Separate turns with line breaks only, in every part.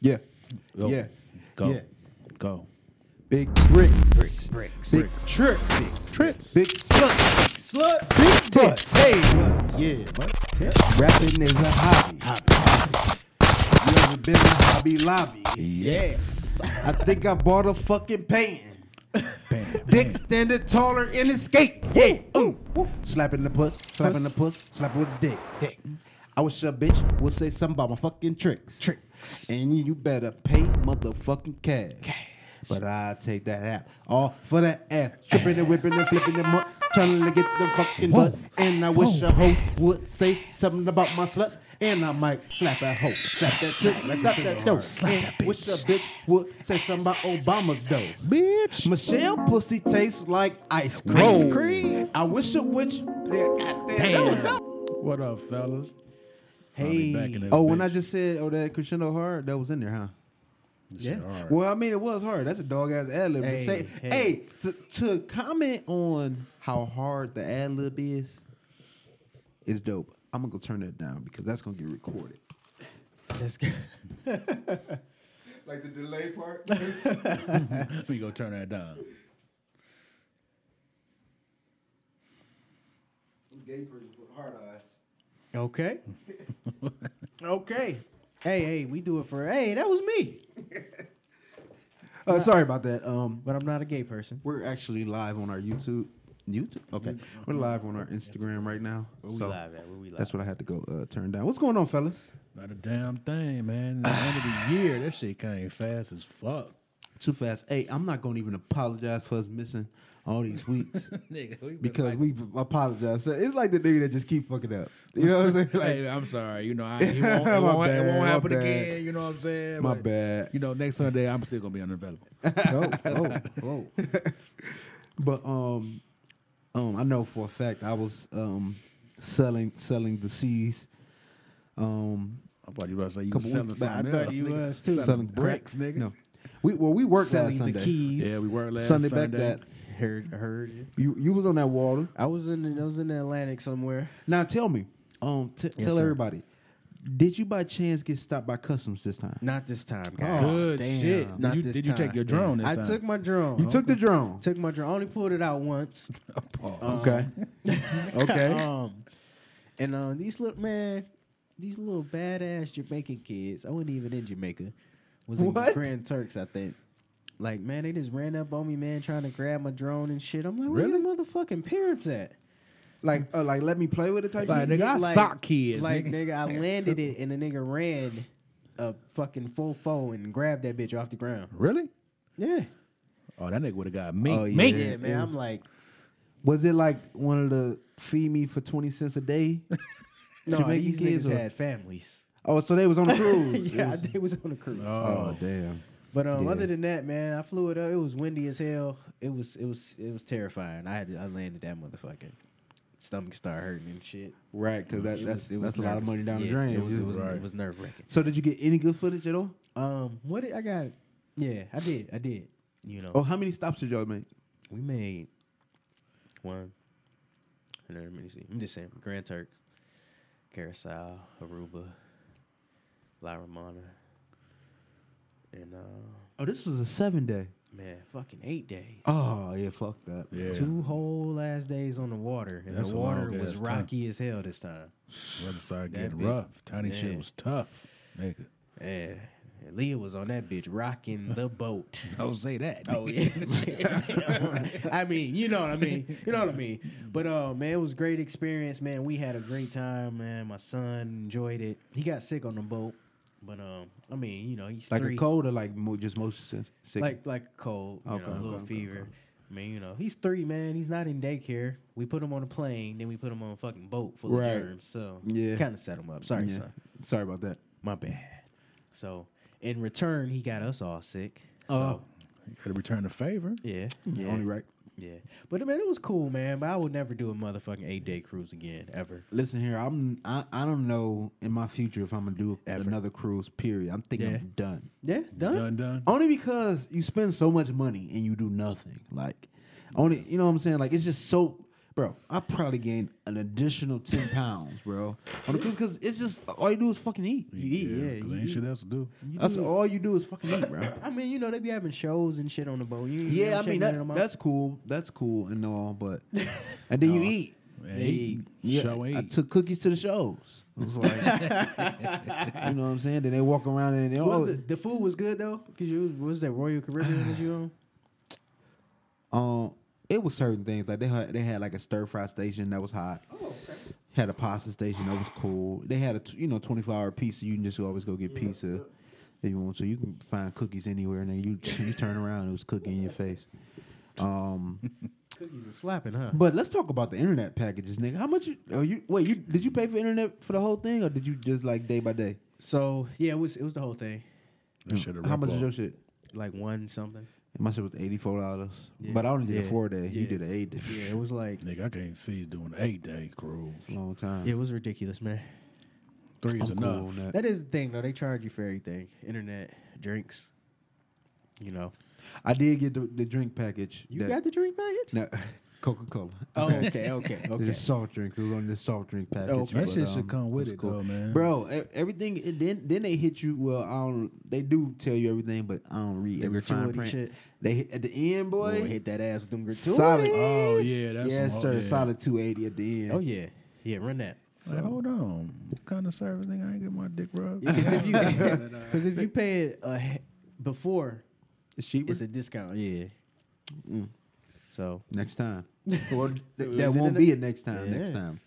Yeah.
Go.
Yeah.
Go.
Yeah.
Go.
Big bricks.
bricks.
Big tricks. Big trips. Big sluts. Big
Sluts.
butts. Hey.
Yeah.
Rapping is a hobby. You ever been to Hobby Lobby?
Yes.
I think I bought a fucking pan.
Bam.
Dick standing taller in his skate. Yeah. Ooh. Woo. Slapping the puss. Slapping the puss. Slapping with the dick. Dick. I wish a bitch would say something about my fucking tricks. Tricks. And you better pay motherfucking cash. But I take that app. All for that ass. Tripping and whipping and flipping and mutt. Trying to get the fucking butt. And I wish a hoe would say something about my slut. And I might slap that hoe. Slap that trick. Slap that dope. Slap that bitch. Wish a bitch would say something about Obama's dough.
Bitch.
Michelle pussy tastes like ice cream.
Ice cream.
I wish a witch.
What up, fellas? Finally
Hey.
back in this
Oh, when
bitch.
I just said oh that crescendo hard, that was in there, huh?
Yeah. Alright.
Well, I mean it was hard. That's a dog ass ad lib.
Hey,
Hey, say,
hey.
hey. to, to comment on how hard the ad lib is is dope. I'm gonna go turn that down because that's gonna get recorded.
Let's go.
Like the delay part.
Let me go turn that down.
hard eyes.
Okay. okay. Hey, hey, we do it for. Hey, that was me.
Uh, sorry about that. Um,
But I'm not a gay person.
We're actually live on our YouTube. YouTube? Okay. We're live on our Instagram right now.
Where we
so
live at? Where we live?
That's what I had to go uh, turn down. What's going on, fellas?
Not a damn thing, man. The end of the year, that shit came fast as fuck.
Too fast. Hey, I'm not going to even apologize for us missing all these weeks
Nigga, we been
because
like-
we apologize. So it's like the nigga that just keep fucking up. You know what I'm saying? Like,
hey, I'm sorry. You know, I, it, won't,
My
it, won't, it
bad,
won't
my
happen
bad.
again. You know what I'm saying?
My bad.
You know, next Sunday I'm still gonna be unavailable.
Oh, oh, oh.
But um, um, I know for a fact I was um selling selling the seeds. Um,
I thought you were gonna say you
couple
was selling
weeks back.
something.
I thought
else,
you
nigga.
was too.
selling bricks,
crack.
nigga.
No, we well we worked
Selling
last
the
Sunday.
keys.
Yeah, we were last
Sunday,
Sunday.
back that.
Heard, heard.
You you was on that water.
I was in, I was in the Atlantic somewhere.
Now tell me, um, t- tell
sir.
everybody, did you by chance get stopped by customs this time?
Not this time, guys.
Oh, good
Oh, Damn,
shit. Did
Not
you-
this
did you take
time.
your drone
I
this
took
time?
my drone.
You took the drone.
took my drone. I only pulled it out once.
Pause.
okay. okay.
um, and um, these little man, these little badass Jamaican kids. I wasn't even in Jamaica. Was in
What?
Grand Turks, I think. Like man, they just ran up on me, man, trying to grab my drone and shit. I'm like, where
Really?
your motherfucking parents at?
Like uh, like let me play with it type
Like,
shit.
nigga, I
Like-
sock kids.
Like
nigga.
nigga, I landed it and the nigga ran a fucking full foe and grabbed that bitch off the ground.
Really?
Yeah,
Oh, that nigga would have got me.
Oh,
me.
yeah,
Yeah,
man.
yeah.
I'm like,
Was it like one of the feed me for twenty cents a day?
no,
Jamaican
these
kids
niggas
or-
had families.
Oh, so they was on the cruise. It
yeah,
was-
they was on the cruise.
oh
Oh,
damn.
But um,
Yeah.
other than that, man, I flew it up. It was windy as hell. It was it was it was terrifying. I had to, I landed that motherfucker. Stomach started hurting and shit.
Right, because that,
It
that's
was- it was
that's a lot of
nervous.
money down
Yeah,
the drain.
It was it was,
Right.
nerve wracking.
so did you get any good footage at all?
Um, what did, I got? Yeah, I did. I did. You know,
Oh, how many stops did y'all make?
we made one. And then, let me see. I'm just saying, Grand Turk, Carousel, Aruba, La Romana, and uh,
Oh, this was a seven day.
man, fucking eight days.
Oh yeah, fuck that.
Yeah.
Two whole last days on the water, and
That's
the
a
water
long
was
ass
rocky as hell this time.
Weather started
That
getting
big.
rough. Tiny shit
Yeah.
was tough, nigga.
Yeah, And Leah was on that bitch rocking the boat.
Don't say that.
Oh yeah, I mean, you know what I mean. You know what I mean. But uh, man, it was a great experience, man. We had a great time, man. My son enjoyed it. He got sick on the boat, but um, I mean, you know, he's
Like
three,
a cold or like mo- just motion sense. sick-
like like a cold, you
Okay,
know, a
okay,
little
okay,
fever.
okay.
I mean, you know, he's three, man. He's not in daycare. We put him on a plane, then we put him on a fucking boat full
Right.
of germs. So
Yeah.
kind of set him up. Sorry,
Yeah.
son.
Sorry about that.
My bad. So in return, he got us all sick. So,
Oh.
You gotta return the favor.
yeah,
Yeah.
yeah,
Only right.
yeah. But man, it was cool, man. But I would never do a motherfucking eight day cruise again, ever.
Listen here, I'm I, I don't know in my future if I'm gonna do
Ever.
another cruise. Period. I'm thinking
Yeah.
I'm done. Oh,
Yeah, done.
Done, done.
Only because you spend so much money and you do nothing. Like only you know what I'm saying. Like it's just so. bro, I probably gained an additional ten pounds, bro. On the cruise because it's just all you do is fucking eat.
You eat, yeah.
Cause
you
ain't
eat.
shit else to do.
That's all you do is fucking eat, bro.
I mean, you know, they be having shows and shit on the boat. You, you
Yeah, I
checking
mean
them
that,
out.
that's cool. That's cool and all, but and then you eat.
Man, eat.
Yeah,
Show
I
eat.
took cookies to the shows. It was like, you know what I'm saying? Then they walk around and they
Was
all
the, Oh, the food was good though, cause you was that Royal Caribbean that you on?
Um, it was certain things like they had, they had like a stir fry station that was hot. Had a pasta station that was cool. They had a t- you know twenty four hour pizza. You can just always go get pizza if you want to. You can find cookies anywhere, and then you you turn around, it was cookie in your face. Um,
Cookies are slapping, huh?
but let's talk about the internet packages, nigga. How much? You, are you wait? You did you pay for internet for the whole thing, or did you just like day by day?
So yeah, it was it was the whole thing,
That shit a
How much
rip-off.
is your shit?
like one something.
My shit was eighty four dollars,
Yeah.
but I only did a
Yeah.
four day. You
Yeah.
did an eight day.
Yeah, it was like
Nigga, I can't see you doing an eight day cruise.
It's a long time.
yeah, it was ridiculous, man.
Three is
I'm cool
enough.
on that.
That is the thing though. They charge you for everything: internet, drinks. You know,
I did get the, the drink package.
you
that-
got the drink package.
No, Coca Cola.
Oh, okay, okay,
It's
okay.
just soft drinks. It was on the soft drink package.
Okay.
That
but,
shit should
um,
come with
was
it though, man.
Bro, e- everything. It, then then they hit you. Well, I don't. They do tell you everything, but I don't read
The
every fine
gratuity
print.
shit.
They hit, at the end,
Boy,
boy.
hit that ass with them gratuities.
solid.
Oh, yeah, that's
yes,
some- oh,
sir.
yeah.
Solid two eighty at the end.
Oh yeah, yeah, run that.
Like, hold on. What kind of service nigga? I ain't get my dick rubbed.
Because if you because if you pay it uh, before,
it's cheaper.
it's a discount. Yeah.
Mm.
So,
next time. Well, th- that
Is it
won't
a-
be it next time. Next
Yeah.
time.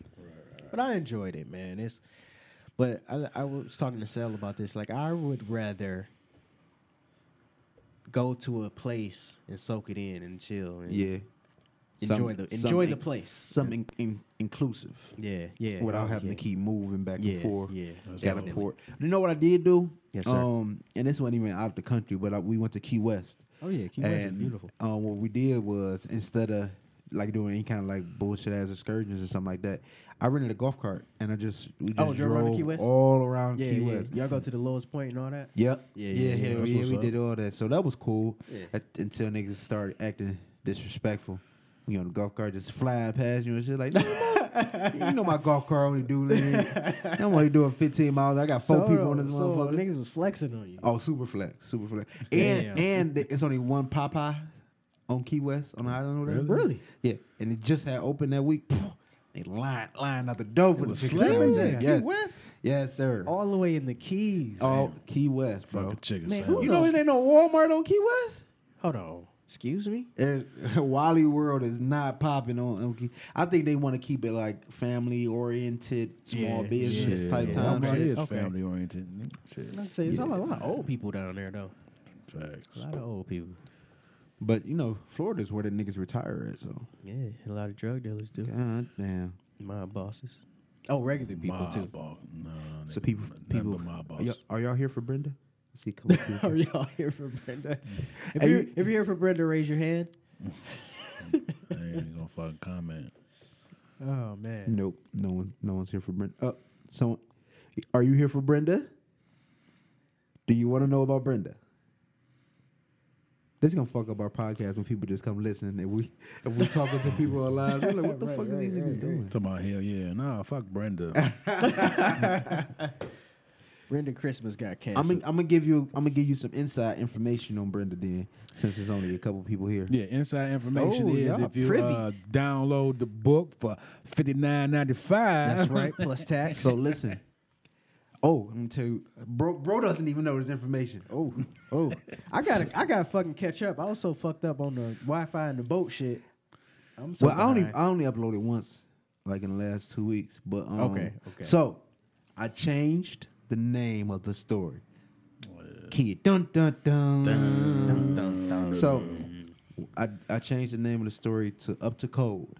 but I enjoyed it, man. It's, but I, I was talking to Sel about this. Like, I would rather go to a place and soak it in and chill and
Yeah. Some-
enjoy the enjoy the
something-
place.
Something in- inclusive
Yeah, yeah. Oh,
without having
yeah.
to keep moving back
yeah,
and forth.
Yeah,
That's
Got a
Definitely.
port. You know what I did do?
Yes, sir.
Um, and this wasn't even out of the country, but I, we went to Key West.
Oh yeah, Key West is
And,
beautiful.
Um, what we did was instead of like doing any kind of like bullshit ass excursions or something like that, I rented a golf cart and I just we just
Oh,
drove
drove around to Key West?
all around
Yeah,
Key
yeah.
West.
Y'all go to the lowest point and all that.
Yep.
Yeah,
yeah,
yeah, yeah.
hell
That's
yeah,
what's
we
up.
did all that, so that was cool.
Yeah.
At- until niggas started acting disrespectful. You know, the golf cart just flying past you and shit like, no, no. you know my golf cart only do like, I'm only doing 15 miles. I got four people on this
so,
motherfucker.
Niggas was flexing on you.
Oh, super flex, super flex, and
Damn.
and th- it's only one Popeye on Key West on the island over there.
Really?
Really?
Yeah, and it just had opened that week. They lined lined out the door for the
was
chicken sandwich.
slim there.
Yes. Oh.
Key West?
yes, sir. All,
all the way in the Keys.
Key West, bro.
Fucking chicken
Man,
sandwich.
You know it ain't no Walmart on Key West.
Hold on. Excuse me?
There's- Wally World is not popping on. on Key. I think they want to keep it like family oriented, small
Yeah,
business
yeah,
type
yeah.
time.
Walmart
shit.
is
Okay.
family oriented. Shit.
I'd say it's
Yeah.
all, a lot of old people down there, though.
Facts.
A lot of old people.
But you know, Florida's where the niggas retire at. So
Yeah, a lot of drug dealers do.
god damn.
My bosses. Oh, regular people,
Mob
too.
boss. No,
So
nigga,
people,
nothing
people,
but mob boss.
are y'all, are y'all here for Brenda? I see a couple of people.
Are y'all here for Brenda? If,
Hey,
you're,
you-
if you're here for Brenda, raise your hand.
I ain't gonna fucking comment.
Oh, man.
Nope, no one, no one's here for Brenda. Uh, someone, are you here for Brenda? Do you want to know about Brenda? This is gonna fuck up our podcast when people just come listen and we if we talking to people alive. They're like, what the
Right,
fuck
right,
is these
right,
niggas doing?
Talking about hell yeah. Nah, fuck Brenda.
Brenda Christmas got
I'm
canceled.
gonna, I'm gonna give you I'm gonna give you some inside information on Brenda then since there's only a couple people here.
Yeah, inside information
Oh,
is
y'all
if you
privy.
uh, download the book for fifty nine ninety five.
That's right, plus tax.
So listen. Oh, I'm gonna tell you, bro. Bro doesn't even know this information.
Oh, oh! I gotta, I gotta fucking catch up. I was so fucked up on the Wi-Fi and the boat shit. I'm so
well, I only
behind.
I only uploaded once, like in the last two weeks. But um,
Okay, okay.
So I changed the name of the story. Kid, dun dun dun.
Dun, dun, dun.
So I I changed the name of the story to Up to Code.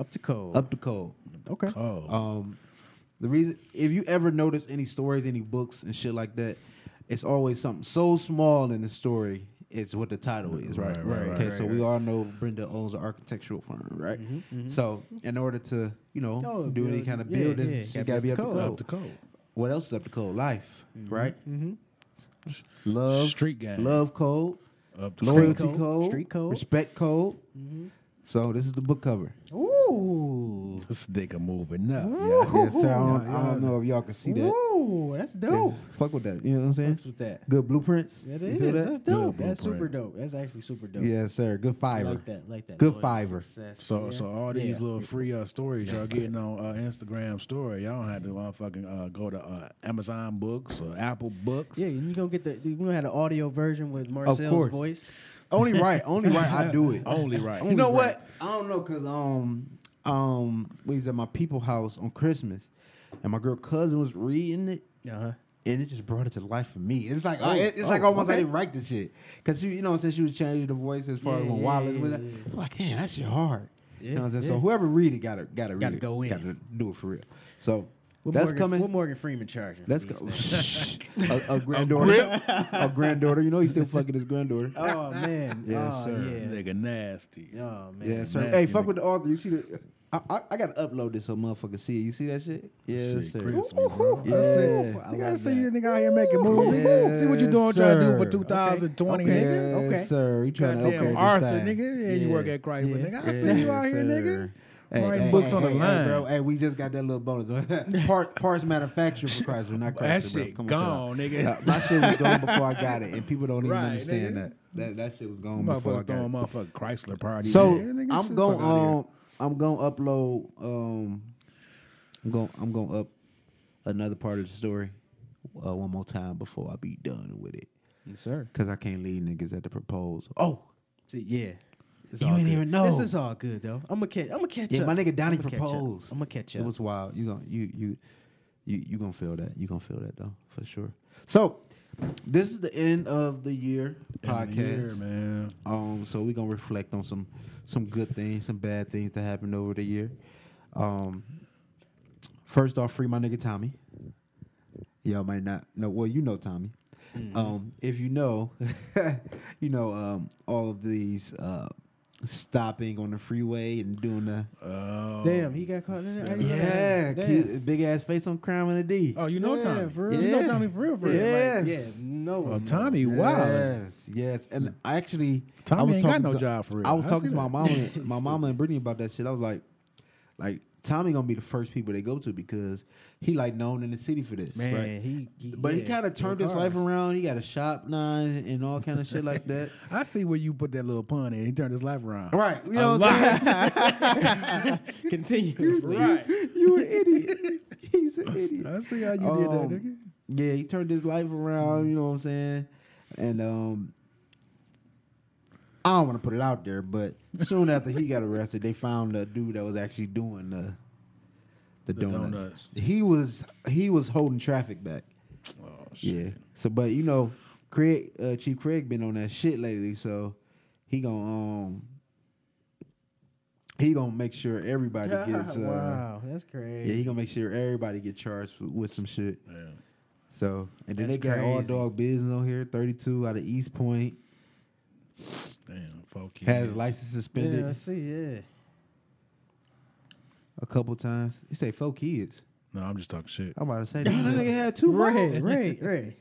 up to code.
Up to Code.
okay.
Oh,
Um, the reason if you ever notice any stories, any books and shit like that, it's always something so small in the story. It's what the title is, right?
Right, right,
okay,
right,
so we all know Brenda owns an architectural firm, right? So in order to you know
Oh,
do any
build-
kind of
yeah,
building,
yeah,
you gotta be up to code.
up to code.
What else is up to code? Life, right? Love,
Street gang.
love code,
Up to
loyalty
code,
code,
street code.
respect code. So this is the book cover.
Ooh, Ooh.
This nigga moving up.
Ooh.
Yeah, so I don't, I don't know if y'all can see that.
Ooh, that's
Yeah,
dope.
fuck with that. You know what I'm saying?
Fucks Oh. with that.
Good blueprints.
That
you
is.
feel
That's
that?
dope.
Good
That's super
blueprint.
dope. That's actually super dope.
Yes, sir. Good fiber.
Like that. Like that.
Good
Loyal
fiber.
success,
So,
yeah.
so all these
Yeah.
little free uh, stories y'all getting on uh, Instagram story, y'all don't have to motherfucking uh, go to uh, Amazon Books or Apple Books.
Yeah, you gonna get the you gonna have the audio version with Marcel's
course.
voice.
Only right. Only right. I do it.
Only right.
You know what? I don't know because um um we was at my people house on Christmas, and my girl cousin was reading it,
Uh-huh.
and it just brought it to life for me. It's like I- it- it's
oh,
like almost I
okay.
didn't write the shit because you you know since she was changing the voice as far
Yeah,
as when
yeah,
Wallace
yeah,
was
yeah,
I'm like damn that shit hard. you know what I'm
Yeah,
saying? So
yeah.
whoever read it gotta gotta read
Gotta
it,
go in.
gotta do it for real. So
What
that's
Morgan,
coming.
What Morgan Freeman charging? for
Let's
these
go.
things?
a, a granddaughter. a granddaughter. You know he's still fucking his granddaughter.
Oh man.
Yes,
oh,
sir.
Yeah.
Nigga nasty.
Oh man.
Yeah, sir.
nasty
Hey, fuck
nigga.
with the author. You see the? I, I, I gotta upload this so motherfucker see it. You see that shit? Yeah,
Shit,
sir.
Chris, me, bro.
Yeah.
Yeah. You gotta see you nigga out here making moves.
Yes,
see what you doing trying to do
sir.
for 2020,
Okay,
Okay,
nigga.
okay.
sir. You trying to
Goddamn
upgrade
Arthur,
this thing.
nigga. Yeah, you work at Chrysler,
Yeah.
nigga. I see you out here, nigga.
Hey,
Writing
hey,
books
hey,
on the
hey, hey,
line.
bro. Hey, we just got that little bonus. Part, parts manufactured for Chrysler, not Chrysler.
That
bro.
shit
Come on,
gone,
chill out.
nigga.
Nah, my shit was gone before I got it, and people don't even
Right,
understand
nigga.
that. that. That shit was gone before I
Motherfucker
got it.
throwing motherfucking Chrysler party.
So
Yeah, nigga, shut
I'm
the
going.
fuck outta here.
Um, I'm going to upload. Um, I'm going. I'm going to up another part of the story uh, one more time before I be done with it,
Yes, sir.
cause I can't leave niggas at the proposal. Oh,
See, yeah. It's
You
all
ain't
good.
even know.
This is all good though. I'm gonna catch. I'm gonna catch
yeah,
up.
my nigga Donnie
I'ma catch up.
proposed.
I'ma catch
It
up.
was wild. You gonna you you you you gonna feel that. You gonna feel that though for sure. So this is the end of the year podcast.
End of the year, man.
Um, so we're gonna reflect on some some good things, some bad things that happened over the year. Um, first off, free my nigga Tommy. Y'all might not know. Well, you know Tommy. Um, if you know, you know um, all of these uh, stopping on the freeway and doing the
Oh.
Damn, he got caught in there. I didn't know
uh, yeah,
that. Damn.
cute, big ass face on crime and a D.
Oh, you know
Yeah,
Tommy.
for real.
You know
Yeah.
Tommy for real, for real.
Yeah.
Like, yeah.
Yes.
No.
Well,
no.
Oh, Tommy, wow.
Yes, yes. And I actually, I
Tommy
was
ain't got
talking
no
to-
job for real.
I was
I
talking
see
to my
that.
mama, and- my mama and Brittany about that shit. I was like, like Tommy gonna be the first people they go to because he like known in the city for this,
Man,
right?
he, he.
But he
yeah,
kind of turned his life
cars.
around. He got a shop now and all kind of shit like that.
I see where you put that little pun in. He turned his life around.
Right, you
A
know what I'm
lot.
saying?
Continuously.
You an idiot. He's an idiot.
I see how you
Um,
did that, nigga.
Yeah, he turned his life around. You know what I'm saying? And um, I don't want to put it out there, but soon after he got arrested, they found a dude that was actually doing the the, donuts.
donuts.
He was he was holding traffic back.
Oh, shit.
Yeah. So, but you know, Craig, uh, Chief Craig, been on that shit lately, so he gonna um he gonna make sure everybody gets uh,
wow, that's
yeah he
crazy.
gonna make sure everybody get charged with, with some shit.
Yeah.
So and then
That's
they got all
crazy.
dog business on here. Thirty two out of East Point
Damn, fuck you.
had his license suspended
yeah, I see. Yeah.
a couple times. He say four kids.
No, I'm just talking shit.
I'm about to say that nigga had two. bro.
Right, right, right.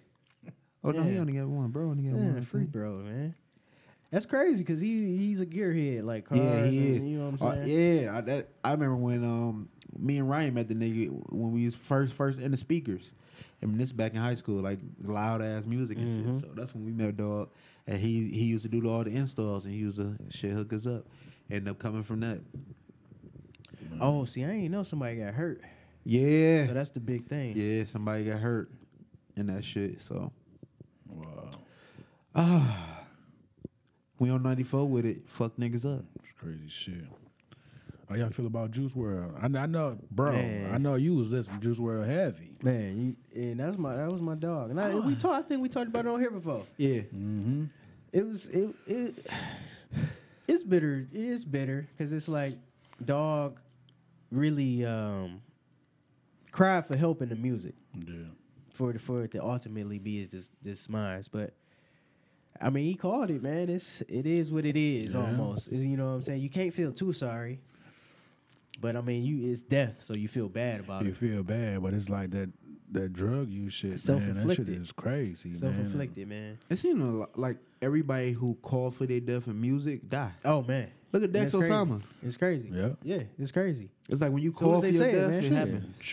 Oh no, he
Yeah.
only got one, bro. Only got
Yeah,
one.
free bro, man. That's crazy because he he's a gearhead, like cars.
Yeah, he
and-
is.
You know what
Uh,
I'm saying?
yeah, I, that, I remember when um me and Ryan met the nigga when we was first first in the speakers. I mean, this back in high school, like loud ass music and
Mm-hmm.
shit. So that's when we met dog, and he he used to do all the installs and he used to shit hook us up. End up coming from that.
Oh, see, I ain't know somebody got hurt.
Yeah.
So that's the big thing.
Yeah, somebody got hurt in that shit. So
Wow.
we on ninety four with it. Fuck niggas up.
It's crazy shit. How y'all feel about Juice World? I, kn- I know, bro.
Man.
I know you was listening to Juice World heavy.
Man, you, and that's my that was my dog. And I, and we talked. I think we talked about it on here before.
Yeah.
Mm-hmm.
It was it it. It's bitter. It is bitter because it's like dog really um cried for help in the music.
Yeah.
for it for it to ultimately be is this this minds. But I mean, he called it, man. It's it is what it is.
Yeah.
Almost, Is- you know what I'm saying. You can't feel too sorry, but I mean, you it's death, so you feel bad about
You
it.
feel bad, but it's like that that drug use shit, man, that shit
Self-inflicted.
is crazy,
Self
man.
inflicted, man.
It seems a lo- like everybody who called for their death in music die.
Oh man.
Look at Dex
That's crazy.
Osama.
It's crazy.
Yeah.
Yeah, it's crazy.
It's like when you
Soon as
call for
they
your
say it,
death,
man,
it,
shoot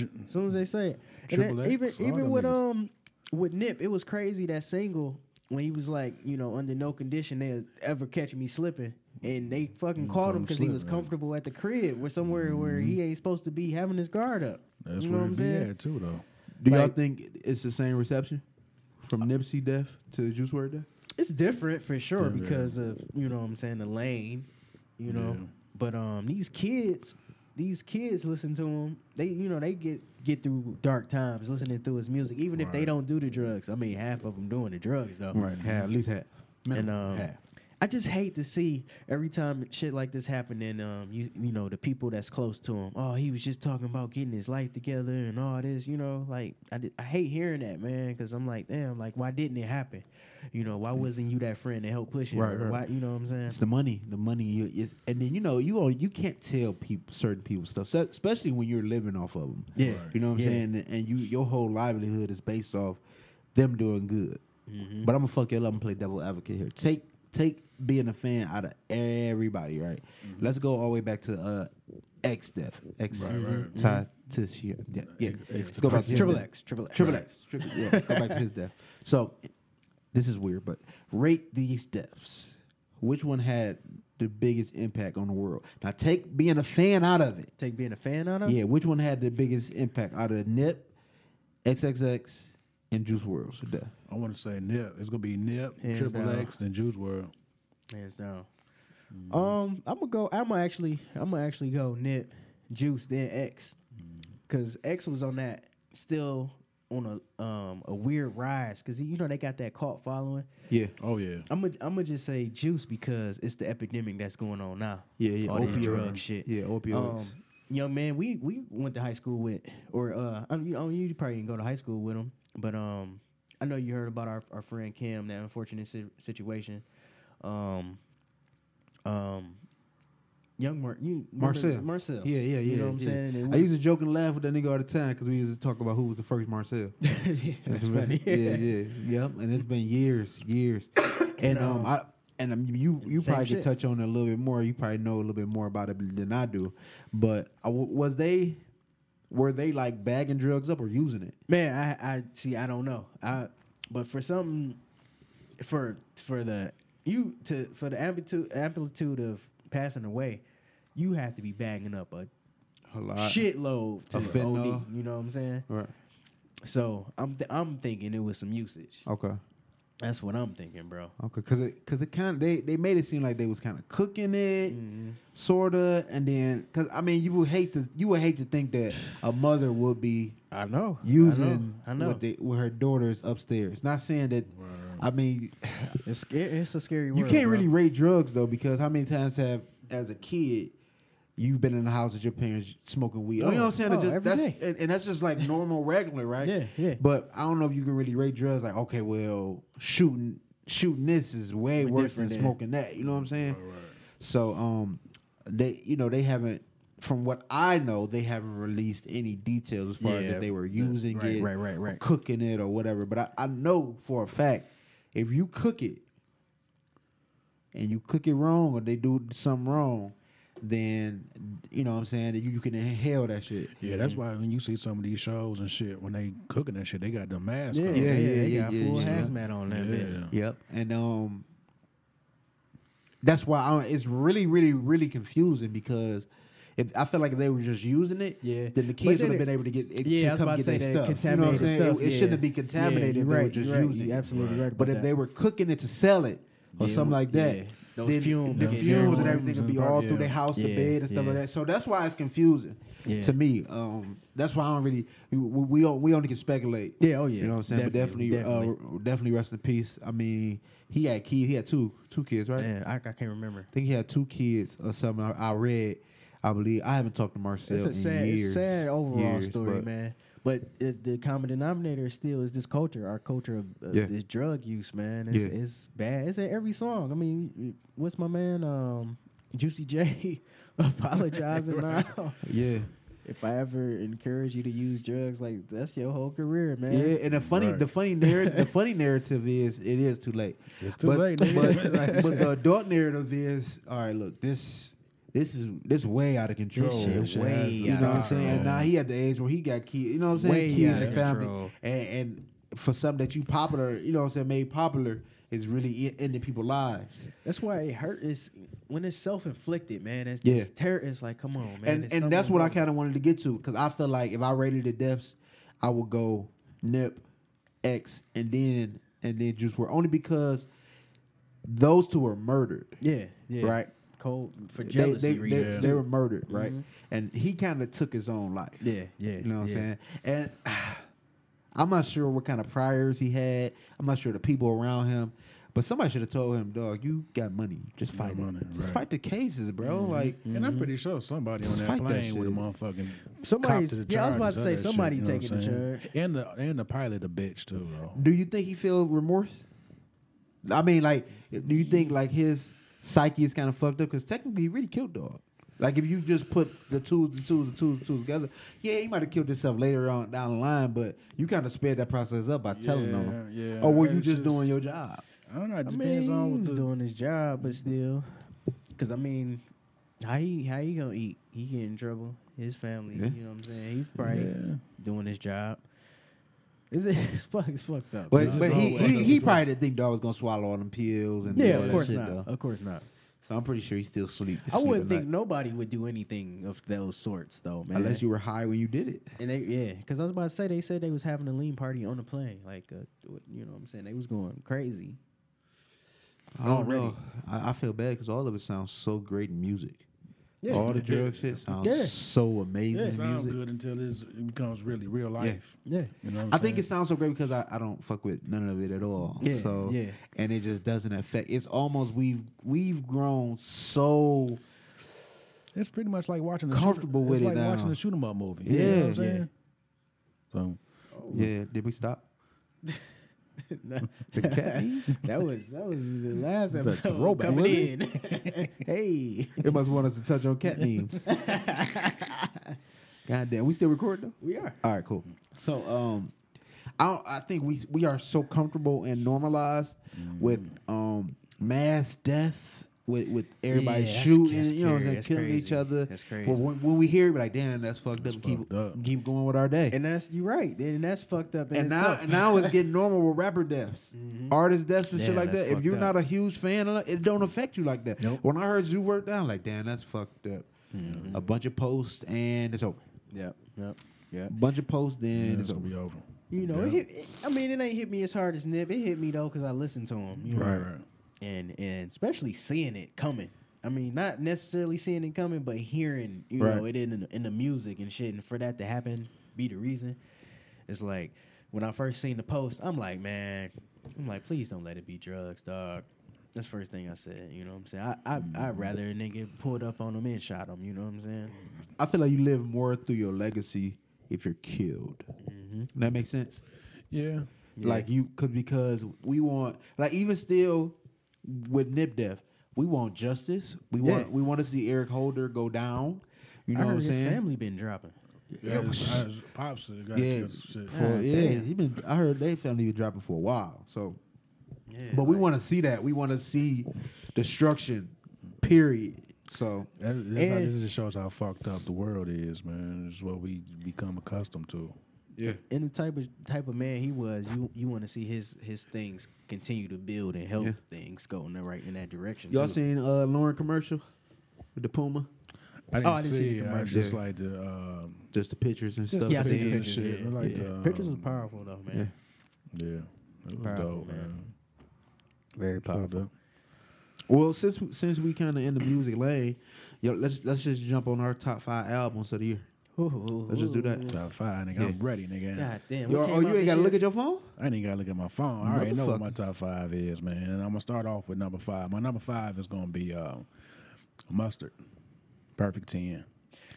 it.
happened.
As soon as they say it. And
Mm-hmm. Triple
then
X,
even
all
even
them
with
niggas.
um with Nip, it was crazy that single when he was like, you know, under no condition they ever catch me slipping. And they fucking
Mm,
caught
caught
him
him
because he was
slipping, right.
comfortable at the crib or somewhere where he ain't supposed to be having his guard up.
That's
you know
where
what I'm
it be
saying?
at too, though.
Do y'all
Like-
think it's the same reception from Nipsey death to Juice WRLD death?
It's different for sure
Different.
because of you know what I'm saying the lane, you know.
Yeah.
But um, these kids, these kids listen to him. They you know they get get through dark times listening through his music, even if they
Right.
don't do the drugs. I mean, half of them doing the drugs though.
half, at least half.
And
Minimum,
um,
half.
I just hate to see every time shit like this happen and um, you you know the people that's close to him. Oh, he was just talking about getting his life together and all this. You know, like I, di- I hate hearing that man because I'm like, damn, like why didn't it happen? You know, why wasn't you that friend to help push it?
Mm. Right,
Or
right.
Why, you know what I'm saying?
It's the money, the money, you, it's, and then you know you all, you can't tell people certain people stuff, so, especially when you're living off of them.
Yeah.
you know what I'm
Yeah.
saying. And you your whole livelihood is based off them doing good.
Mm-hmm.
But I'm gonna fuck y'all up and play devil advocate here. Take take being a fan out of everybody, right? Let's go all the way back to uh, X Def, X
Mm-hmm. Right,
Mm-hmm.
right.
Ty Tishia. Yeah, yeah.
X- X
Let's go back to his
Triple
death.
X, Triple X.
Triple X, triple, yeah. Go back to his death. So this is weird, but rate these deaths. Which one had the biggest impact on the world? Now take being a fan out of it.
Take being a fan out of.
Yeah, which one had the biggest impact out of Nip, XXX, and Juice World's death?
I want to say Nip. It's gonna be Nip,
Hands
Triple
down.
X, then Juice World.
hands down. Um, I'm gonna go. I'm gonna actually. I'm gonna actually go Nip, Juice, then X, because X was on that still on a um a weird rise because you know they got that cult following.
Yeah,
Oh yeah,
I'm gonna I'm gonna just say Juice because it's the epidemic that's going on now.
yeah, yeah.
All that
opioid.
drug shit.
Yeah, opioids.
Um, young man, we we went to high school with, or uh, I mean, you, I mean, you probably didn't go to high school with him, but um, I know you heard about our, our friend Cam, that unfortunate si- situation. Um, um, young Mar- you remember
Marcel.
Marcel,
yeah, yeah, yeah.
you know what I'm
yeah.
saying. And
I
we-
used to joke and laugh with that nigga all the time because we used to talk about who was the first Marcel.
yeah, that's funny.
yeah, yeah, yep. And it's been years, years. And um, I and um, you you
Same
probably
shit.
could touch on it a little bit more. You probably know a little bit more about it than I do. But I w- was they were they like bagging drugs up or using it?
Man, I, I see. I don't know. I but for something for for the you to for the amplitude amplitude of passing away, you have to be bagging up a
A lot.
shitload to
Of Uh, fentanyl.
OD. You know what I'm saying?
Right.
So I'm th- I'm thinking it was some usage.
Okay.
That's what I'm thinking, bro.
Okay. Because it because it kind of they they made it seem like they was kind of cooking it.
Mm-hmm.
Sorta, and then because I mean, you would hate to you would hate to think that a mother would be
I know
using
I know.
What, they, what her daughters upstairs. Not saying that. I mean,
It's scary. It's a scary.
you
world,
can't
bro.
really rate drugs though because how many times have as a kid you've been in the house with your parents smoking weed? you know what I'm saying?
Oh,
It just-
every
that's
day.
and, and that's just like normal, regular, right?
Yeah, yeah.
But I don't know if you can really rate drugs like okay, well, shooting shooting this is way
We're
worse than
different than-
smoking that. You know what I'm saying? So um, they you know they haven't. From what I know, they haven't released any details as far as
Yeah,
if they were
the-
using
right,
it,
right, right,
or
right.
cooking it, or whatever. But I, I know for a fact, if you cook it, and you cook it wrong or they do something wrong, then you know what I'm saying that you, you can inhale that shit.
yeah. That's why when you see some of these shows and shit, when they cooking that shit, they got the mask.
Yeah,
on.
yeah, yeah.
yeah,
they
yeah,
got
yeah,
full
yeah.
hazmat on that bitch.
Yep. And um that's why I, it's really, really, really confusing because if I feel like if they were just using it,
Yeah.
then the
But
kids
then
would have
it-
been able to get it
Yeah, I
to
was
come
about to
get
say
their
that
stuff. you
contaminated
know what I'm saying?
stuff,
It, it
yeah.
shouldn't have been contaminated
Yeah,
if
you're
they were
right,
just
you're right.
using
You're
it.
absolutely right
But
about
if
that.
they were cooking it to sell it or
Yeah,
something like that,
yeah. Those
then
fumes
the
get
fumes and
everywhere.
everything would be all through their house, the
Yeah,
bed and stuff
yeah.
like that. So that's why it's confusing
Yeah.
to me. Um, that's why I don't really we we, we only can speculate.
Yeah, oh, yeah.
You know what I'm saying?
Definitely,
but definitely, Uh, definitely rest in peace. I mean, he had kids. He had two two kids, right?
Man, I, I can't remember.
I think he had two kids or something. I, I read. I believe I haven't talked to Marcel
It's a
in
sad,
years.
it's sad overall
years,
story,
but-
man. But it, the common denominator still is this culture, our culture of uh,
Yeah.
this drug use, man. It's,
Yeah.
it's bad. It's in every song. I mean, what's my man, um, Juicy J, apologizing now?
Yeah.
if I ever encourage you to use drugs, like that's your whole career, man.
Yeah, and the funny,
Right.
the funny narrative, the funny narrative is it is too late.
It's too
but,
late,
But,
nigga. Right.
but the adult narrative is all right. Look, this, this is this way out of control.
shit This shit way has to
you know what I'm
stop,
saying? And
man.
now he at the age where he got kids. You know what I'm saying?
Way
kids
out
and
of
family,
control.
and, and for something that you popular, you know what I'm saying, made popular is really e- ending people's lives.
That's why it hurt is when it's self inflicted, man. It's,
Yeah.
it's terror. It's like, come on, man.
and and that's what I kind of wanted to get to because I feel like if I rated the depths, I would go Nip, X, and then and then Juice Were only because those two were murdered,
Yeah, yeah.
right?
Cold for
They-
jealousy
they, they,
reasons.
they
too. Mm-hmm.
were murdered, right? And he kind of took his own life.
Yeah, yeah,
You know what
yeah.
I'm saying? And I'm not sure what kind of priors he had. I'm not sure the people around him. But somebody should have told him, dog, you got money. Just fight it.
money,
Just
right.
fight the cases, bro.
Mm-hmm.
Like,
And I'm pretty sure somebody on
Just
that
fight that
plane with a
shit.
motherfucking
Somebody's-
cop to the
yeah, I was about
charges
to
of
say,
that shit,
somebody
you know what
taking
I'm
the
saying?
charge.
And the and the pilot a bitch too, though.
Do you think he feel remorse? I mean, like, do you think like his psyche is kind of fucked up? Because technically, he really killed dog. Like, if you just put the two, the two, the two, the two together, yeah, he might have killed himself later on down the line, but you kind of sped that process up by telling on him.
Yeah, yeah.
Or were you
It's
just,
just-
doing your job?
I don't know. It
I
depends
mean,
on
he
what
was
the
doing his job, but still, because I mean, how he how he gonna eat? He get in trouble. His family,
Yeah.
you know what I'm saying? He's probably
Yeah.
doing his job. Is it? It's, fuck, it's fucked up.
But,
just
but he,
always-
he he probably didn't think dog was gonna swallow all them pills and
yeah,
all
of
that
course
shit,
not.
though.
Of course not.
So I'm pretty sure he's still sleep.
I wouldn't
sleep at
think
night.
nobody would do anything of those sorts, though, man.
unless you were high when you did it.
And they yeah, because I was about to say they said they was having a lean party on the plane, like uh, what- you know what I'm saying they was going crazy.
I don't
Already.
know. I, I feel bad because all of it sounds so great in music.
Yeah.
All the drug shit sounds
Yeah.
so amazing
it
in
sounds
music.
good until it's, it becomes really real life.
Yeah,
You know what
I
I'm
think it
saying?
sounds so great because I, I don't fuck with none of it at all.
Yeah,
so
yeah.
and it just doesn't affect it's almost we've we've grown so
it's pretty much like watching the
comfortable
shooter,
with
it's
it
like
now.
watching the shoot 'em up movie.
Yeah.
you know what
Yeah.
I'm saying? So
Yeah, did we stop?
No.
The cat?
that was that was the last
a
episode
throwback,
coming
wasn't
in. hey,
it must want us to touch on cat memes. God damn, we still recording though?
we are.
All right, cool. So um I don't, I think we we are so comfortable and normalized
Mm.
with um mass death with with everybody
Yeah, that's-
shooting,
that's
you know, what I'm
scary.
saying,
That's
killing
crazy.
each other.
That's
Well,
crazy.
when, when we hear it, we're like, damn, that's fucked up. keep
fucked up.
keep going with our day.
And that's you're right, and that's fucked up. in
and now,
itself.
and now it's getting normal with rapper deaths, artist deaths, and shit
Damn,
like
Mm-hmm. that's
that. If you're
fucked
not a
up.
huge fan, of it, it don't affect you like that.
Nope.
When I heard you work down, like, damn, that's fucked up. A bunch of posts and it's over.
Mm-hmm. yep, yep, yep.
Bunch of posts, then
yeah,
it's
it's
over.
gonna be over.
You know, it
Yeah.
hit, it- I mean, it ain't hit me as hard as Nip. It hit me though because I listened to him. You know?
Right, right.
and and especially seeing it coming. I mean, not necessarily seeing it coming, but hearing you
Right.
know it in in the music and shit, and for that to happen, be the reason. It's like when I first seen the post, I'm like, man, I'm like, please don't let it be drugs, dog. That's the first thing I said. You know what I'm saying? I I I'd rather a nigga pulled up on him and shot him. You know what I'm saying?
I feel like you live more through your legacy if you're killed.
Mm-hmm.
That makes sense.
Yeah.
Like you could because we want like even still with Nip Death, we want justice. We want
Yeah.
we want to see Eric Holder go down. You
You
know
know I
what
heard
I'm
his
saying?
family been dropping.
yeah. it's- it's- Pops got
Yeah,
killed. and shit.
for,
Ah,
yeah.
damn.
He been. I heard they family been dropping for a while. So,
Yeah,
but we want to see that. We want to see destruction. Period. So
That, that's how,
And-
this just shows how fucked up the world is, man. It's what we become accustomed to.
yeah,
and the type of type of man he was, you you want to see his his things continue to build and help
Yeah.
things go in the right in that direction.
y'all
too.
seen uh Lauren commercial with the Puma?
I didn't,
I didn't see
see.
the
it. I
commercial.
just like the um,
Just the pictures and stuff.
Yeah, I seen the
Yeah,
pictures.
shit,
yeah.
like,
yeah.
uh,
pictures was powerful though, man.
yeah. It was
Powerful,
dope,
man.
man.
Very
Fucked
powerful.
up.
Well, since since we kind of in the music lane, yo, let's let's just jump on our top five albums of the year. Let's just do that.
Top five, nigga. I'm
Yeah.
ready, nigga.
God damn.
Yo,
what
oh,
came
you
out
ain't got
this
to look
year?
at your phone.
I ain't gotta look at my phone. I already know what my
Motherfucker.
top five is, man. And I'm gonna start off with number five. My number five is gonna be uh, mustard. Perfect ten.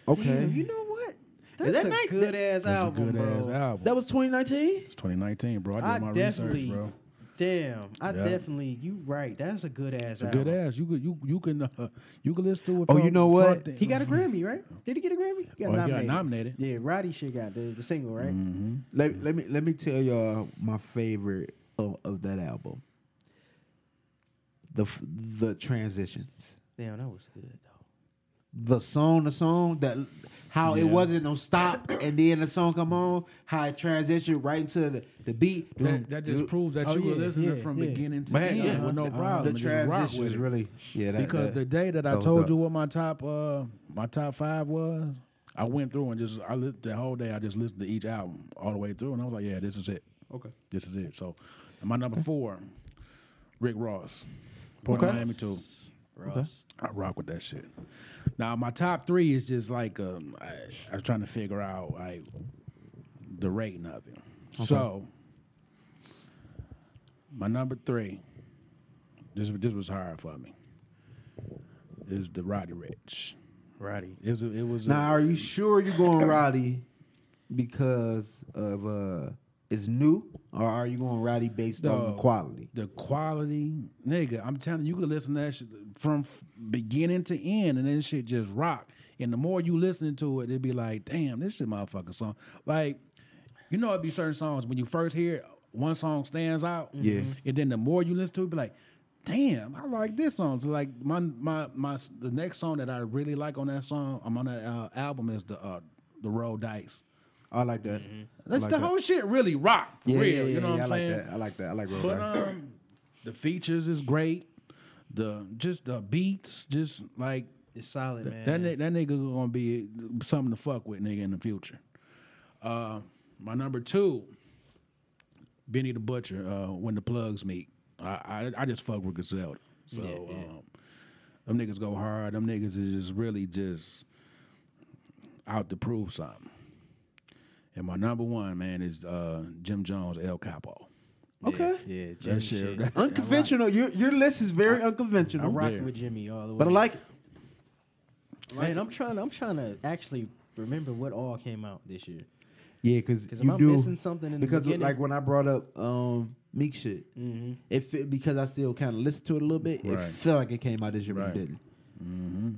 Okay,
Damn, you know what?
Is
That's
that
a
nice?
good ass
That's
album,
a good
bro.
ass album.
that was 2019.
it's 2019, bro. I did
I
my
definitely
research, bro.
Damn, I
Yeah.
definitely. You right. That's a good
It's
ass.
a good ass. You could you you can uh, you can listen to it.
Oh,
from
you know
front
what?
to-
He got a Grammy, right? Did he get a Grammy? He
Oh, he got nominated.
Yeah, Roddy shit got the, the single, right?
Mm-hmm. Let, let me let me tell y'all my favorite of, of that album. The f- the transitions,
Damn, that was good though.
the song, the song that how it wasn't no stop, and then the song come on, how it transitioned right into the, the beat.
That, that just proves that
Oh,
you were
yeah,
listening
yeah,
from
yeah.
beginning to
man,
end
yeah,
with no
the-
problem.
The
Just rock with
transition is
it.
really yeah. That,
because
that-
the day that I
that was
told
dope.
you what my top uh my top five was, I went through and just I li- the whole day I just listened to each album all the way through, and I was like, yeah, this is it. Okay, this is it. So, and my number four, Rick Ross, Port of
Okay.
Miami too.
Ross.
I rock with that shit. Now my top three is just like um, I, I was trying to figure out like the rating of it. So my number three, this this was hard for me, is the Roddy Rich.
Roddy.
It was a- it was a-
Now, are you sure you're going Roddy because of uh it's new, or are you going Roddy based on the
Dog.
quality?
the quality, nigga. I'm telling you, you could listen to that shit from f- beginning to end, and then shit just rock. And the more you listening to it, it'd be like, damn, this shit, motherfucking song. Like, you know, it'd be certain songs when you first hear it, one song stands out,
Yeah. Mm-hmm.
and then the more you listen to it, it'd be like, damn, I like this song. So like my my my the next song that I really like on that song, I'm on that uh, album is the uh, the Roll Dice.
I like that.
That's
I like
the
that.
whole shit really rock for
Yeah,
real.
yeah, yeah,
you know
yeah,
what
I
I'm saying?
Like that. I like that. I like Roll
But
Dice.
um, the features is great. The just the beats, just like
It's solid, man.
that. ni- That nigga gonna be something to fuck with, nigga, in the future. Uh, my number two, Benny the Butcher. Uh, when the plugs meet, I I, I just fuck with Griselda. So
Yeah, yeah.
Um, them niggas go hard. Them niggas is just really just out to prove something. And my number one man is uh, Jim Jones, El Capo.
okay.
Yeah, Jimmy
That shit-
shit.
that-
Unconventional. Your your list is very
I
unconventional.
rock
there.
with Jimmy all the way.
but I like it.
man, I'm trying. I'm trying to actually remember what all came out this year.
Yeah, because
'Cause
you
am I
do
missing something in the
because
beginning? Mm. Mm-hmm,
like when I brought up um Meek shit, it fit because I still kind of listened to it a little bit. It
Right.
felt like it came out this year, but
Right.
it didn't.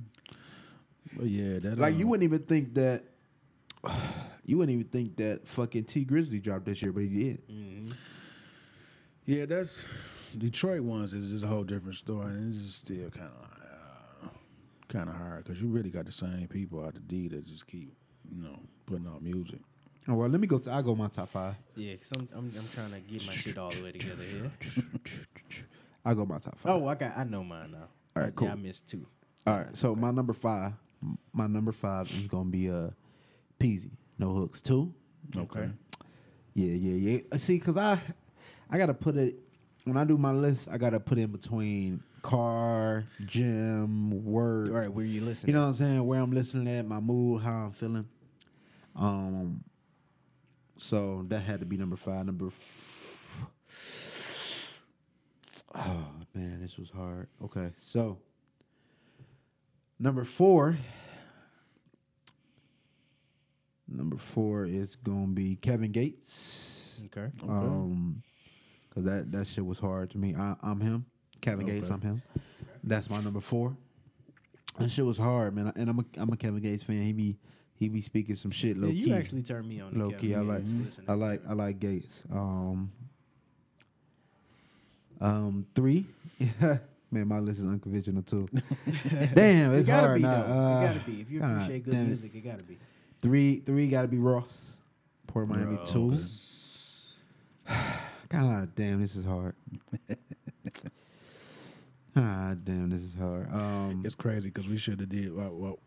But yeah, that
Like you
uh,
wouldn't even think that. You wouldn't even think that fucking T Grizzly dropped this year, but he did.
Mm. mm-hmm.
Yeah, that's Detroit ones is just a whole different story, and it's just still kind of uh, kind of hard because you really got the same people out the D that just keep you know putting out music.
Oh well, let me go. To, I go my top five.
Yeah, because I'm, I'm I'm trying to get my shit all the way together here.
I go my top five.
Oh, I got I know mine now.
All right, cool.
Yeah, I missed two.
All right, so my number five, my number five is gonna be uh, Peasy, no hooks two.
Okay,
Yeah, yeah, yeah. Uh, See, cause I, I gotta put it when I do my list. I gotta put in between car, gym, work.
All right, where you listening?
You know what I'm saying? Where I'm listening at, my mood, how I'm feeling. Um, so that had to be number five. Number. F- oh man, this was hard. Okay, so number four. Number four is gonna be Kevin Gates.
okay.
Um, cause that that shit was hard to me. I, I'm him, Kevin Gates.
Okay.
I'm him. That's my number four. That shit was hard, man. And I'm a I'm a Kevin Gates fan. He be he be speaking some shit low
Yeah, you
key.
actually turned me on. to
low
Kevin
key, I
Gates,
like
listening
I
to
like
Kevin.
I like Gates. Um, um three. man, my list is unconventional too. damn,
It
it's
gotta
hard.
be.
now.
though.
Uh,
it gotta be. If you
God
appreciate good
damn it.
music, it gotta be.
Three, three got to be Ross. Poor Miami
Ross.
two. God damn, this is hard. Ah, damn, this is hard. Um,
it's crazy because we should have did well. well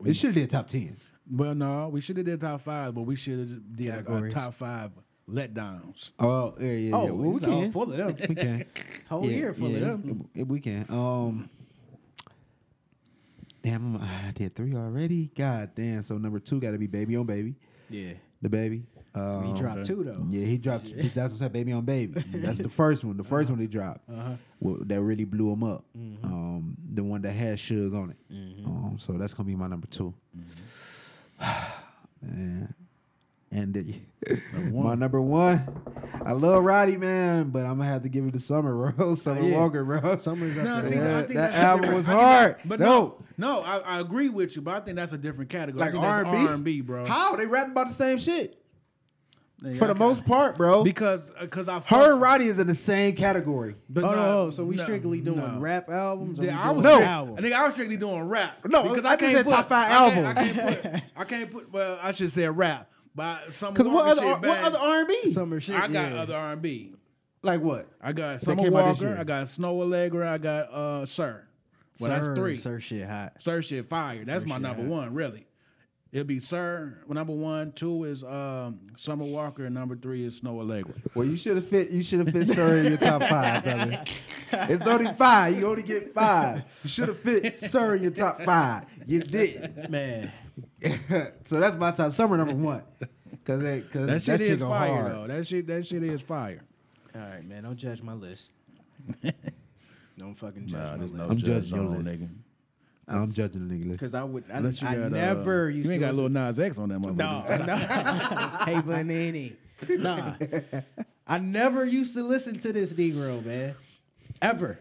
we,
it should have did top ten.
well, no, we should have did top five, but we should have did our
Categories.
top five letdowns.
Oh yeah, yeah, yeah. Well, we
it's all
can.
full of them.
We can.
Whole year full
yeah,
of them.
it's- it- we can. Um, damn, I did three already. God damn. So number two got to be baby on baby.
Yeah.
The baby. Um,
He dropped two though.
Yeah, he dropped. That's what's up, baby on baby. That's the first one. The 1st one he dropped Well, that really blew him up. Um, the one that had Suge on it. Um, so that's gonna be my number two. Man, And the- my number one, I love Roddy, man, but I'm gonna have to give it to Summer, bro. Summer
yeah.
Walker, bro.
Summer's up
No,
there.
see,
Yeah,
I think
that
that's
album
different.
was
I think-
hard.
But
No.
no, no, I, I agree with you, but I think that's a different category.
like R and B,
R and B, bro.
How they rap about the same shit
Nigga,
for
I
the
can't-
most part, bro.
because because I've
Her and Roddy is in the same category.
But
oh,
not-
no, so we
no,
strictly doing
no.
rap albums. or
Yeah,
we
I
doing
was
No.
strict-
album?
I think I was strictly doing rap.
No,
because
I
I
just
can't
said
put
top five
I can't- I
album.
can't, put, I can't put. Well, I should say rap. But some
Because what
Walker
other
shit
R- what
bad.
other R and B?
Summer shit.
I got
yeah.
other R and B.
Like what?
I got Summer
came out this
Walker.
year.
I got Snow Allegra. I got uh Sir. Well,
Sir,
that's three.
Sir shit hot.
Sir shit fire. That's my
shit
number
hot.
one, really. It'll be Sir. well, Number one, two is um, Summer Walker, and number three is Snow Allegra.
Well, you should have fit. You should have fit Sir in your top five, brother. It's only five. You only get five. You should have fit Sir in your top five. You didn't.
Man,
so that's my top summer number one. Cause that, cause
That shit is
go
fire
hard.
though. That shit that shit is fire.
all right, man. Don't judge my list. don't fucking judge my list.
I'm judging your list.
nigga.
I'm judging the nigga.
Because I would, I,
Unless you
I
got, uh,
never used
you ain't
to.
got
listen-
little Nas X on that motherfucker.
no, hey Banini, nah. I never used to listen to this Negro man, ever.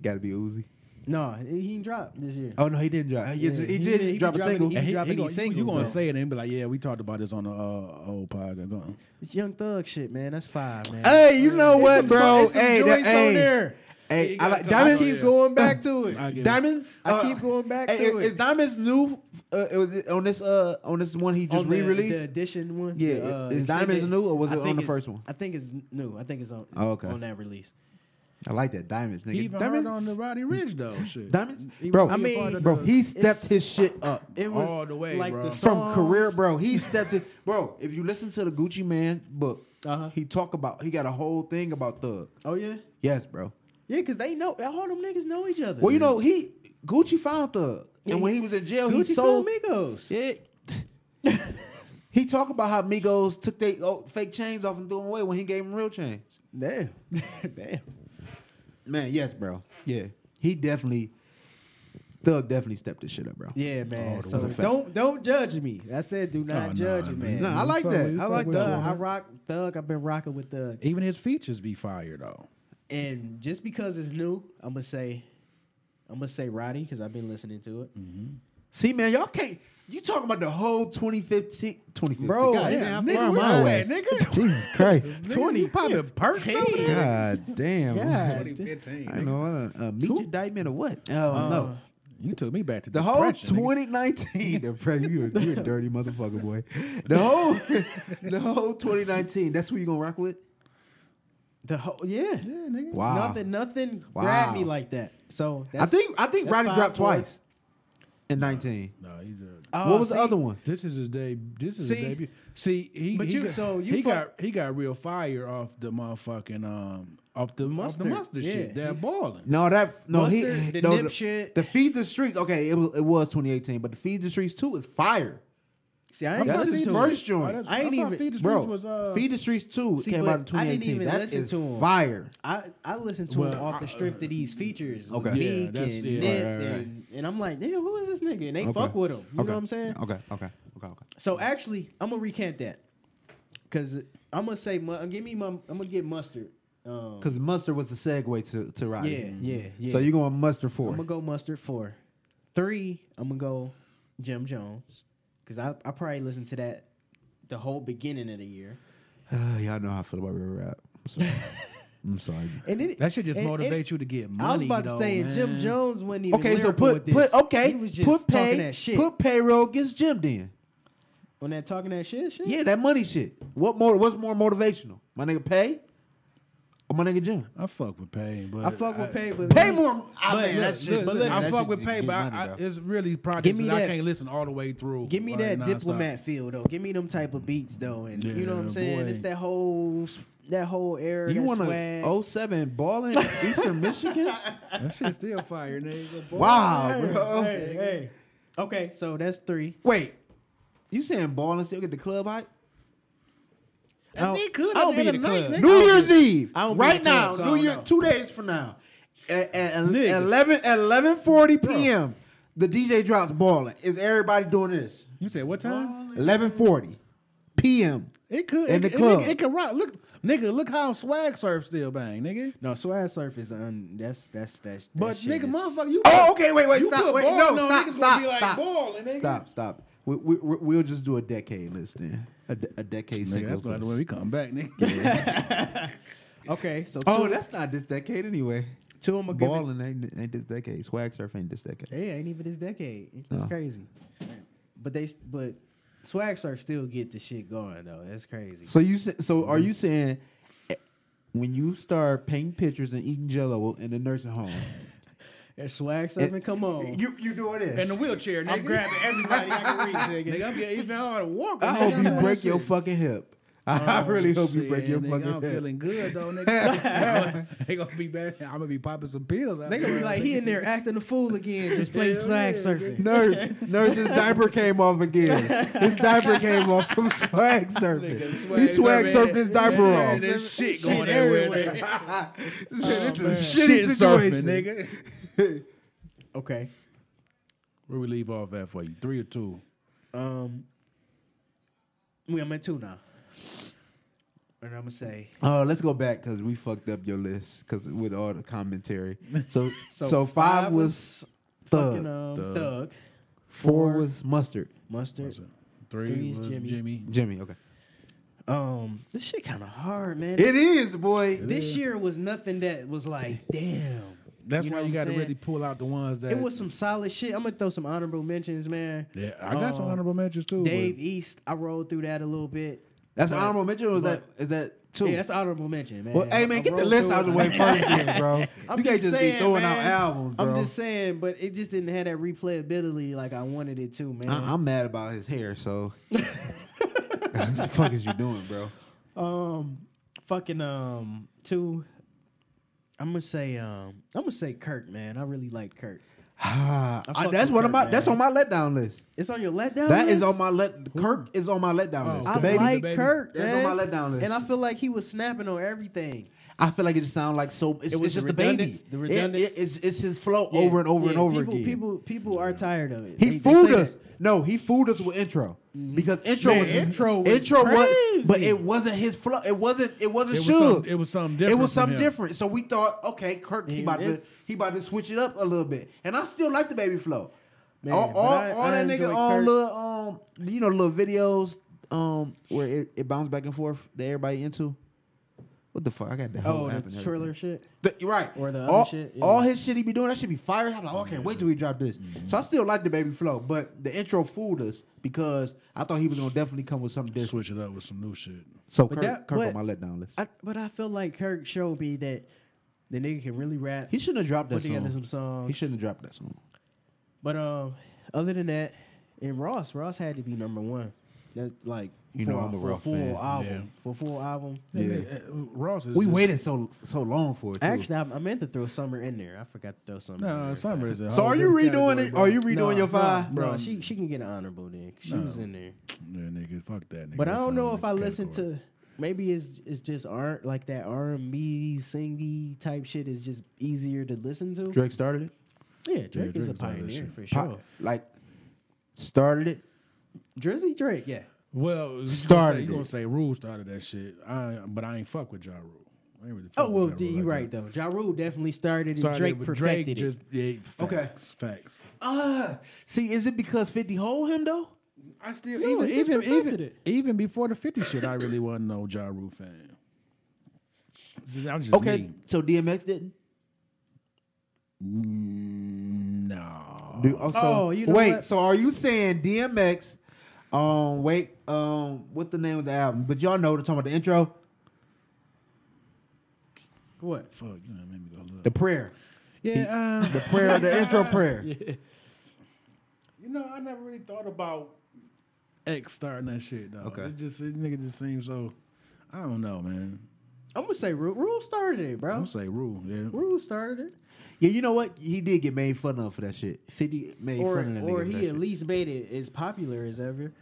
Got to be Uzi.
No, he didn't drop this year.
Oh no, he didn't drop. He,
Yeah,
just, he,
he
did,
did- he
drop a
dropping-
single.
he
And he, he
dropping these
gonna, you, you
singles,
gonna
though.
say it and be like, yeah, we talked about this on the uh, old podcast. Go on.
It's Young Thug shit, man. That's five, man.
Hey, you know
It's
what,
some-
bro?
it's some
Hey, that,
joints on
hey,
there.
hey,
You
I
gotta
like
come up
I
diamonds.
with
keep
yeah.
going back to it.
I get it.
Diamonds.
I keep
Uh,
going back
hey,
to
is,
it.
is diamonds new? Uh, it was on this uh on this one he just
On the-
re released.
the edition one.
Yeah,
the,
is
it's-
Diamonds new or was
I
it on
think
the
it's-
first one?
I think it's new. I think it's on.
Oh, okay.
on that release.
I like that diamonds, nigga.
He even heard
diamonds
on the Roddy Ridge though. Shit.
Diamonds,
He
bro.
was-
I
he was part
mean,
of
bro,
the-
he stepped his shit up
It was
All the way,
like
bro.
The
from
songs-
career, bro. He stepped it, bro. If you listen to the Gucci Man book,
Uh-huh.
he talk about he got a whole thing about Thug.
Oh yeah,
Yes, bro.
yeah, because they know all them niggas know each other.
Well, you know he Gucci found Thug,
Yeah,
and when he was in jail,
Gucci
he sold
Migos.
shit. he talk about how Migos took they oh, fake chains off and threw them away when he gave them real chains.
Damn, damn.
Man, yes, bro. Yeah, he definitely Thug definitely stepped his shit up, bro.
Yeah, man.
Oh, that
so
was a fact.
don't don't judge me. I said do
Oh,
not
no,
judge
no,
it, man.
No, I like
fuck
that.
with-
I
fuck
like
with
that.
you.
Thug, I rock Thug. I've been rocking with Thug,
even his features be fire though.
and just because it's new, I'm gonna say, I'm gonna say Roddy because I've been listening to it.
See, man, y'all can't. You talking about the whole 2015, 2015.
Bro,
God,
yeah,
damn,
I'm
nigga, where
far my
you
way.
at, nigga. Jesus Christ,
Twenty popping perks over there.
God damn.
Yeah.
I don't know uh, uh, meet your indictment or what? Oh
Uh,
no,
You took me back to
the whole
depression, nigga.
2019. depression. You a, you a dirty motherfucker, boy. The whole, the whole 2019. That's who you gonna rock with?
The whole yeah,
Yeah, nigga.
Wow.
nothing, nothing grabbed me
Wow.
like that. So
I think I think
that's
Roddy
five
dropped
for it.
twice in 19.
No, he did.
Oh,
what was the
see,
other one?
Uh, This is his day. This is
See?
his debut. See, he
But
he
you-
got,
so you
he
fuck-
got he got real fire off the motherfucking um off the mustard, off the
Mustard,
mustard
yeah.
shit. They're balling.
No, that no he
Mustard, the
no,
Nip shit.
The feed the streets. Okay, it was it was 2018, but the feed the streets too is fire.
See, I
I
ain't
That's
thought
his
listened
Feed
to
the-
first
it.
joint.
that's-
I ain't
thought
even-
Feed the
Bro,
Streets was uh,
Feed the Streets 2
See,
came
but
out in
I didn't
2018.
even
That
listen
is
to 'em.
fire.
I, I listened to it
Well,
off the
I-
strength of these features.
Okay.
Okay.
Yeah,
Meek
that's-
and
yeah.
Nip
Right, right, right.
And, and I'm like, damn, who is this nigga? And they
Okay.
fuck with him. You
Okay.
know what I'm saying?
Okay, okay, okay, okay.
So actually, I'm gonna recant that because I'm gonna say, mu- give me my, I'm gonna get mustard. Um,
Because mustard was the segue to to
yeah,
Roddy.
yeah, yeah.
So you going mustard
I'm
four?
gonna go mustard four, three. I'm gonna go Jim Jones because I I probably listened to that the whole beginning of the year.
Uh, y'all know how I feel about real rap. I'm sorry. I'm sorry.
And it,
that should just
and- and-
motivate you to get money.
I was about to
though,
say,
man.
Jim Jones wasn't even
Okay, so
lyrical with
put
this.
put okay
He was just
put
talking
pay
that shit.
put payroll against Jim then.
on that talking that shit, shit.
Yeah, that money shit. What more? What's more motivational? My nigga pay or my nigga Jim?
I fuck with Payne, but
I fuck with Pay, but
Uh, Pay more. I
But
mean,
look,
that shit.
look, but
that
listen,
I
shit
fuck with
get
Pay, but I,
money,
I,
bro.
it's really
Give
projects
me
that I
that-
can't listen all the way through.
Give me
like,
that
nonstop.
diplomat feel though. Give me them type of beats though, and you know what I'm
Yeah,
saying.
boy.
It's that whole that whole era.
You oh,
that
want a
swag.
07 ball in Eastern Michigan?
That shit still fire, nigga. Boy.
Wow,
Hey,
bro.
hey, hey. Okay, so that's three.
Wait, you saying ball and still get the club hype?
I don't-
And they could
I
at
don't
the end
be
of the
the
night,
club.
nigga.
New Year's Eve,
I don't be
right
in the club,
now,
so I
New
don't
Year,
know.
two days from now, at, at
Nigga.
11 at 11:40 p.m. The DJ drops balling. Is everybody doing this?
You said what time?
11:40 p.m.
It could.
In
It,
the
it-
club.
It, it could rock. Look, nigga, look how swag surf still bang, nigga.
No, swag surf is un. That's that's that's. that
But
shit
nigga,
is-
motherfucker, you.
Oh, okay, wait, wait,
you
stop,
put
wait,
ball
no,
on,
stop,
niggas
stop,
gonna be like
stop.
balling, nigga.
Stop, stop. We, we, we- we'll just do a decade list then. A, de- a decade
Nigga,
single.
that's gonna be when we come back, nigga.
Okay, so
Oh,
two-
that's not this decade anyway.
two of them giving.
Balling ain't, ain't this decade. Swag surf ain't this decade.
They ain't even this decade. That's
Oh.
crazy. But they but swag surf still get the shit going though. That's crazy.
So you sa- so are you saying eh, when you start painting pictures and eating jello in the nursing home?
If swag surfing,
it-
come on.
You you doing this?
In the wheelchair, nigga.
I'm grabbing everybody I can reach,
Nigga,
nigga.
I'm getting even hard to walk.
I
nigga.
hope
I'm
you
like,
break your
shit. Oh,
fucking hip. I really hope you
Shit,
break your
nigga,
fucking
I'm
hip.
feeling good though, nigga. they gonna be bad. I'm gonna be popping some pills.
They gonna be like he in there acting a fool again, just playing
Hell
flag
yeah,
surfing.
Nurse, nurse's diaper came off again. His diaper came off from swag surfing. He swag surfed his diaper off.
There's shit going
everywhere.
everywhere. nigga.
This is a shitty
Oh, Shit surfing,
situation,
nigga.
Okay.
Where we leave off at for you? Three or two?
Um, we I'm at two now, and I'm gonna say
Uh, let's go back because we fucked up your list because with all the commentary. So so, five,
five
was thug,
fucking, um,
Thug.
thug.
four
four.
was mustard,
mustard.
Three
Three's
was Jimmy.
Jimmy.
Jimmy. Okay,
Um, this shit kind of hard, man.
it is boy.
this year was nothing that was like, damn.
That's
You know
why
what
you
I'm
got to
saying?
really pull out the ones that.
It was some solid shit. I'm gonna throw some honorable mentions, man.
Yeah, I got some
Um,
honorable mentions too. but-
Dave East, I rolled through that a little bit.
That's
But-
honorable mention. Or is that
but-
is that two?
Yeah, that's honorable mention, man.
well, hey man,
I
get the
rolled
list
through
out of the
it.
way first, then, bro.
I'm
you can't just be
saying,
throwing out
man.
albums, bro.
I'm just saying, but it just didn't have that replayability like I wanted it to, man.
I- I'm mad about his hair, so. what the fuck is you doing, bro?
Um, fucking um, two. I'm gonna say um, I'm gonna say Kirk, man. I really like Kirk.
Ah,
I
I-
fuck
that's
with
one of
Kirk,
my.
man.
That's on my letdown list.
It's on your letdown.
That is
list?
on my let. Kirk is on my letdown list.
Oh,
I
The baby.
like
baby.
Kirk,
That's
man.
on my letdown list.
And I feel like he was snapping on everything.
I feel like it just sounds like so. It's,
It
it's
was
just
the
the baby.
redundance- the
It-
redundance-
it- it's, it's his flow
Yeah,
over and over and
yeah,
over
people,
again.
People people are tired of it.
he
They- they
fooled
say
us.
that. oh,
No, he fooled us with intro because intro
Mm-hmm. Man,
was his-
intro was
but
crazy.
it wasn't his flow. It wasn't. It wasn't
It was
Suge.
some- it was something
It
different
was
from
something
him.
different. So we thought, okay, Kirk, he
Yeah,
about to
it-
he about to switch it up a little bit, and I still like the baby flow.
Man,
all
but
all,
I-
all
I
that
enjoy
nigga on
Kirk.
little um you know little videos um where it, it bounced back and forth that everybody into. What the fuck? I got the whole
Oh,
app and
the
everything.
trailer shit.
The- you're right.
Or the other
all,
shit, yeah.
all his shit he be doing, that should be fire. I'm like, oh, I can't wait till he drop this.
Mm-hmm.
So I still like the baby flow, but the intro fooled us because I thought he was gonna definitely come with something different.
Switch it up with some new shit.
So
But
Kirk,
that-
Kirk on
but-
my letdown list.
I, but I feel like Kirk showed me that the nigga can really rap.
he shouldn't have dropped that
put together
song.
some songs.
He shouldn't have dropped that song.
But um, other than that, and Ross, Ross had to be number one. That's like
You
for,
know I'm a
for
Ross
full
fan.
album.
Yeah.
For full album.
Yeah.
Nigga, uh, Ross is
We
just-
waited so so long for it. Too.
Actually, I, I meant to throw summer in there. I forgot to throw summer. in
No,
there.
summer is. a
so
whole
are you
different
redoing
category,
it?
bro.
Are you redoing
No,
your
no,
five?
No,
Bro.
she she can get an honorable then. She
No.
was in there.
Yeah, nigga, fuck that. Nigga.
But I
That's
don't
all
know
in
if
the
I listen
category.
to. Maybe it's it's just R like that R and B singy type shit is just easier to listen to.
Drake started it.
Yeah, Drake,
Drake's
is a
on that
pioneer
shit.
for sure.
Pop- like started it.
Drizzy Drake, yeah.
Well, you
Started
Gonna say,
it.
you gonna say Rule started that shit? I, but I ain't fuck with Ja Rule. I ain't really fuck
Oh well,
with
D,
ja
you right though. Ja Rule definitely started and
Started
Drake
with
perfected it.
yeah, facts,
Okay.
facts.
Uh,
Ah, see, is it because Fifty hold him though?
I still
No,
even
he just
even
perfected
even,
it.
even before the fifty shit, I really wasn't no Ja Rule fan. Just- I was just
Okay,
me.
so DMX didn't.
Mm, no.
Do, oh, so,
Oh, you know
wait,
what?
so are you saying DMX? Um, wait, um, what's the name of the album? But y'all know what I'm talking about the intro,
What?
Fuck, you know, made me go look.
the prayer,
yeah, um,
the prayer, the intro prayer.
you know, I never really thought about X starting that shit though.
Okay.
it just it, nigga just seems so. I don't know, man.
I'm gonna say Rule. Rule started it,
I'm
bro.
gonna say Rule. Yeah,
Rule started it,
Yeah, you know what? He did get made fun of for that shit. Fifty made
or
fun of the nigga
or
for
he
that
at
shit.
least made it as popular as ever.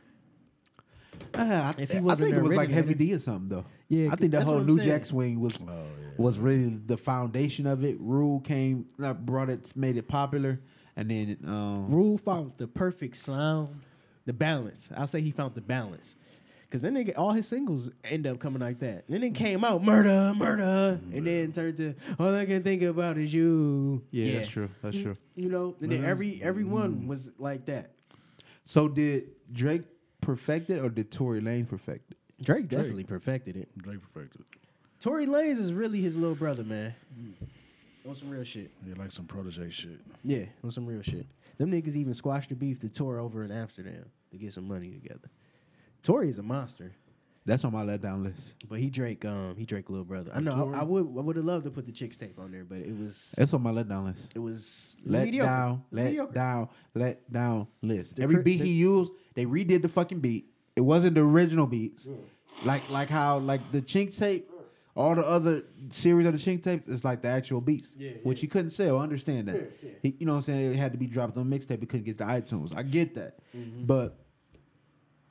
Ah, I,
if he
I
wasn't
think it
there
was like
originally.
Heavy D or something though.
Yeah,
I think that
that's
whole
what I'm
New
saying.
Jack swing was was really the foundation of it. Rule came, not brought it, made it popular, and then um,
Rule found the perfect sound, the balance. I'll say he found the balance. Cause then they get, all his singles end up coming like that. Then it came out murder, murder, and then turned to all I can think about is you.
Yeah, that's true. That's
Mm.
true. Mm-hmm.
You know, and then every everyone was like that.
So did Drake perfect it or did Tory Lanez perfect it?
Drake definitely perfected it.
Drake perfected.
Tory Lanez is really his little brother, man. On some real shit.
Yeah, like some protege shit.
Yeah, on some real shit. Them niggas even squashed the beef to tour over in Amsterdam to get some money together. Tory is a monster,
That's on my letdown list.
but he Drake, um, he Drake little brother. I know. I, I would, I would have loved to put the chicks tape on there, but it was,
That's on my letdown list.
it was
Let
mediocre.
down, let
Mediocre.
down, let down list.
The
Every
cri-
beat
the-
he used, they redid the fucking beat. It wasn't the original beats.
Mm.
Like like how like the chink tape, all the other series of the chink tapes is like the actual beats.
Yeah,
Which he couldn't sell. I understand that. He, you know what I'm saying? It had to be dropped on mixtape. He couldn't get to iTunes. I get that.
Mm-hmm.
But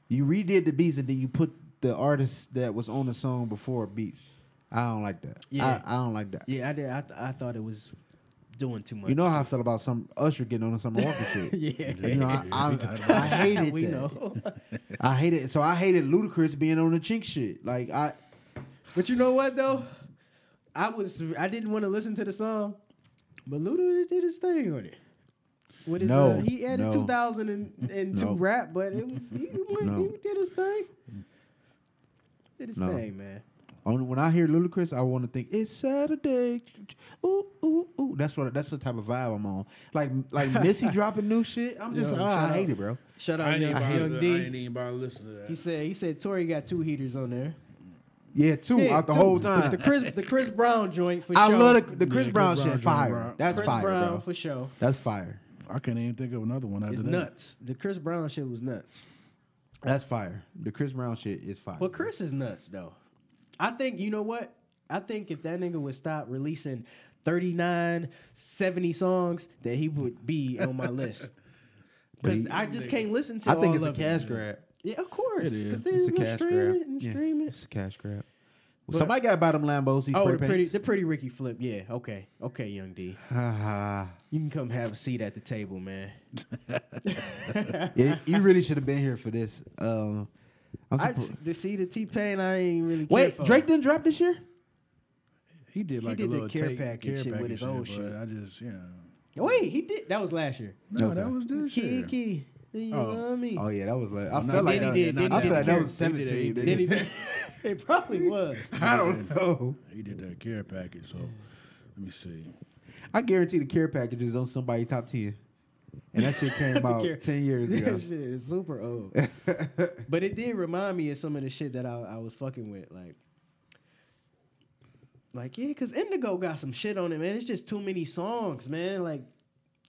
you redid the beats and then you put the artist that was on the song before beats. I don't like that.
Yeah.
I, I don't like that.
Yeah, I did. I, th- I thought it was doing too much.
You know how I feel about some Usher getting on the Summer Walker shit.
Yeah.
You know, I, I, I hated
we
that.
know.
I hated so I hated Ludacris being on the chink shit. Like I
But you know what though? I was I didn't want to listen to the song, but Luda did his thing on it. With his,
No,
uh, he had his
no.
2002
No.
rap, but it was he, went, he
No.
did his thing. Did his
No.
thing, man.
on, when I hear Ludacris, I want to think it's Saturday. Ooh ooh ooh. That's what that's the type of vibe I'm on. Like like Missy dropping new shit. I'm just
Yo,
ah,
shut
I hate
up.
it, bro.
Shout
I
out
ain't even
Young,
bother
Young
to- I
D.
ain't even bother to listen to that.
He said he said Tory got two heaters on there.
Yeah, two
Yeah,
out the
two.
whole time.
The Chris the Chris Brown joint for
I
sure.
love the, the Chris
Chris
Brown
Brown,
shit.
Chris
Fire.
Brown.
That's
Chris
fire,
Brown
bro.
for sure.
That's fire.
I can't even think of another one after
It's
that.
nuts. The Chris Brown shit was nuts.
That's fire. The Chris Brown shit is fire.
But Chris is nuts though. I think you know what? I think if that nigga would stop releasing 39, 70 songs, that he would be on my list. Because I just can't listen to.
I think
all
it's a
of it.
cash grab.
Yeah, of course.
It is.
'Cause they
It's a
gonna
cash
stream
grab.
it and
Yeah,
stream it.
It's a cash grab. Somebody got to buy them Lambos. These
Oh,
spray
the pretty,
paints.
the pretty Ricky flip. Yeah, okay, okay, young D,
Ah,
you can come have a seat at the table, man.
yeah, you really should have been here for this. Um, I'm
I
surprised-
to see the T Pain. I ain't really care
Wait,
for.
Drake didn't drop this year?
He did like
did
a
the
little
care
tape,
package
care
shit with
package
his own
but
shit.
I just yeah.
Wait, he did. That was last year.
No,
Okay.
that was this year.
Kiki, do you
Oh.
love me?
Oh yeah, that was like I
no,
felt like
Diddy
that,
did, Diddy
I felt
did.
like that was
Diddy did,
seventeen.
he
nigga.
Did he? it probably was.
I don't know.
He did that care package. So let me see.
I guarantee the care package is on somebody top ten, and that shit came
The
out
care-
ten years ago.
That shit is super old. but it did remind me of some of the shit that I, I was fucking with. Like, like yeah, because Indigo got some shit on it, man. It's just too many songs, man. Like,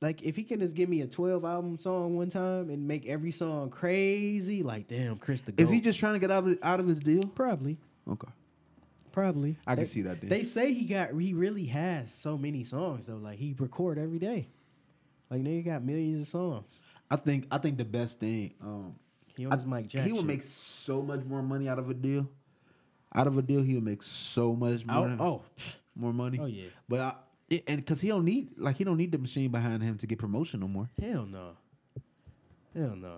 like if he can just give me a 12 album song one time and make every song crazy, like, damn, Chris the
Is he
GOAT.
just trying to get out of, out of his deal?
Probably.
Okay,
Probably.
I can
They-
see that. Then.
They say he got he really has so many songs though. Like he record every day. Like nigga got millions of songs.
I think I think the best thing. Um,
He
I-
owns Mike Jackson.
He would make so much more money out of a deal. Out of a deal, he would make so much
oh,
more
oh
more money.
Oh, yeah.
but I, it, and because he don't need like he don't need the machine behind him to get promotion no more.
hell no. Hell no.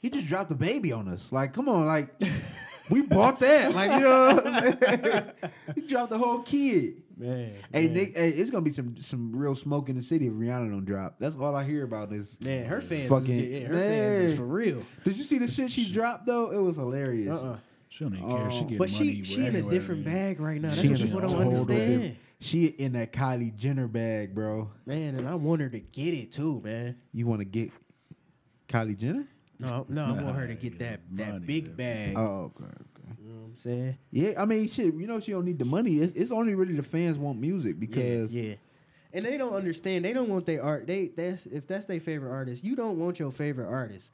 He just dropped the baby on us. Like, come on, like we bought that. Like, you know, what I'm saying? he dropped the whole kid.
Man.
Hey,
man.
Nick, hey, it's gonna be some some real smoke in the city if Rihanna don't drop. That's all I hear about is.
Man, her fans
Fucking-
is, yeah, her fans is
man.
for real.
Did you see the shit she dropped though? It was
Uh
hilarious.
uh
She don't even care.
Oh.
She getting
But
money.
she she in a
anywhere,
different
yeah.
bag right now. That's
She
what
in a
people don't
total
understand.
different- She in that Kylie Jenner bag, bro.
Man, and I want her to get it too, man.
You want to get Kylie Jenner?
No, no, I want her to get that that
Money,
big
man.
bag.
Oh, okay, okay.
you know what I'm saying?
Yeah, I mean, shit. You know, she don't need the money. It's, it's only really the fans want music because
yeah, yeah. and they don't understand. They don't want their art. They that's if that's their favorite artist, you don't want your favorite artist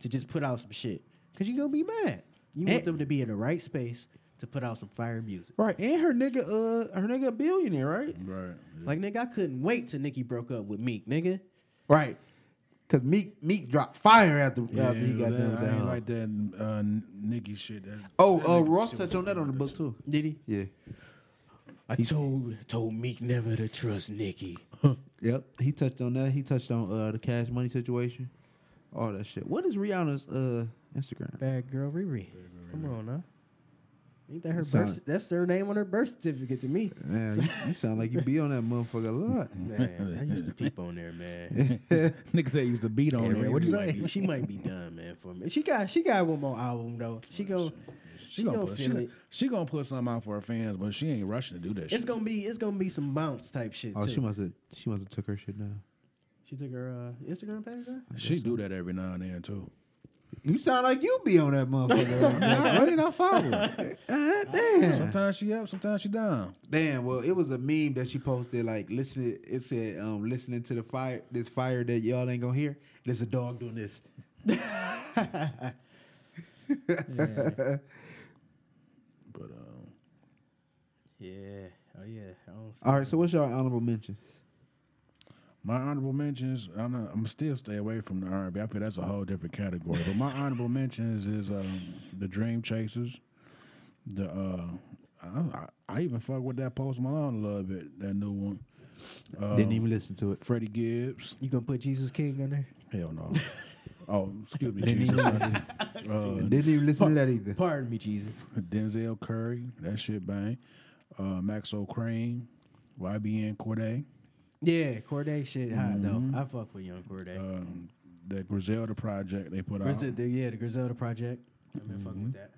to just put out some shit because you gonna be mad. You want
And-
them to be in the right space to put out some fire music.
right. And her nigga, uh, her nigga, a billionaire, right?
Right. yeah.
Like nigga, I couldn't wait till Nicki broke up with Meek, nigga.
Right. Cause Meek Meek dropped fire after, after he
Yeah,
got done with
I
that.
ain't
hoe.
like that uh, Nikki shit. That, that
oh, uh,
nigga
Ross
shit
touched
was
on that on the
fucking
book too.
Did he?
Yeah.
I told told Meek never to trust Nicki.
Yep. He touched on that. He touched on uh the cash money situation, all that shit. What is Rihanna's uh Instagram?
Bad girl Riri.
disrespectful.
Come on now. Ain't that her
Sound-
birth? That's their name on her birth certificate to me.
Yeah, you, you sound like you be on that motherfucker a lot.
Man, I used to peep on there, man.
Nigga said he used to beat on
Yeah,
there. What you
she might
say?
be- She might be done, man. For me, she got she got one more album though. She go.
She
She
gonna
gonna
put
feel
she,
it.
she gonna put something out for her fans, but she ain't rushing to do that.
It's
shit.
gonna be it's gonna be some bounce type shit.
Oh,
too.
she must have she must have took her shit down.
She took her uh, Instagram page down.
she do that every now and then too.
You sound like you be on that motherfucker. Why did I follow? Ah, damn.
Sometimes she up, sometimes she down.
Damn. Well, it was a meme that she posted. Like listening, it said, um, "Listening to the fire, this fire that y'all ain't gonna hear." There's a dog doing this.
But um,
Yeah. Oh yeah. I don't see
All right. So, what's your honorable mentions?
my honorable mentions, I'm not, I'm still stay away from the R&B. I feel that's a whole different category. But my honorable mentions is um, the Dream Chasers, the uh, I, I, I even fuck with that Post Malone a little bit. That new one, uh,
Didn't even listen to it.
Freddie Gibbs.
You gonna put Jesus King on there?
Hell no. oh, excuse me.
Didn't even,
Jesus.
listen,
Uh,
didn't even listen to that either.
Pardon me, Jesus.
Denzel Curry, that shit bang. Uh, Max O'Crane, YBN Corday,
Yeah, Corday shit hot though. I fuck with young Corday.
um, the Griselda Project they put
Where's
out.
the, the- yeah the Griselda Project? I've been fucking with that.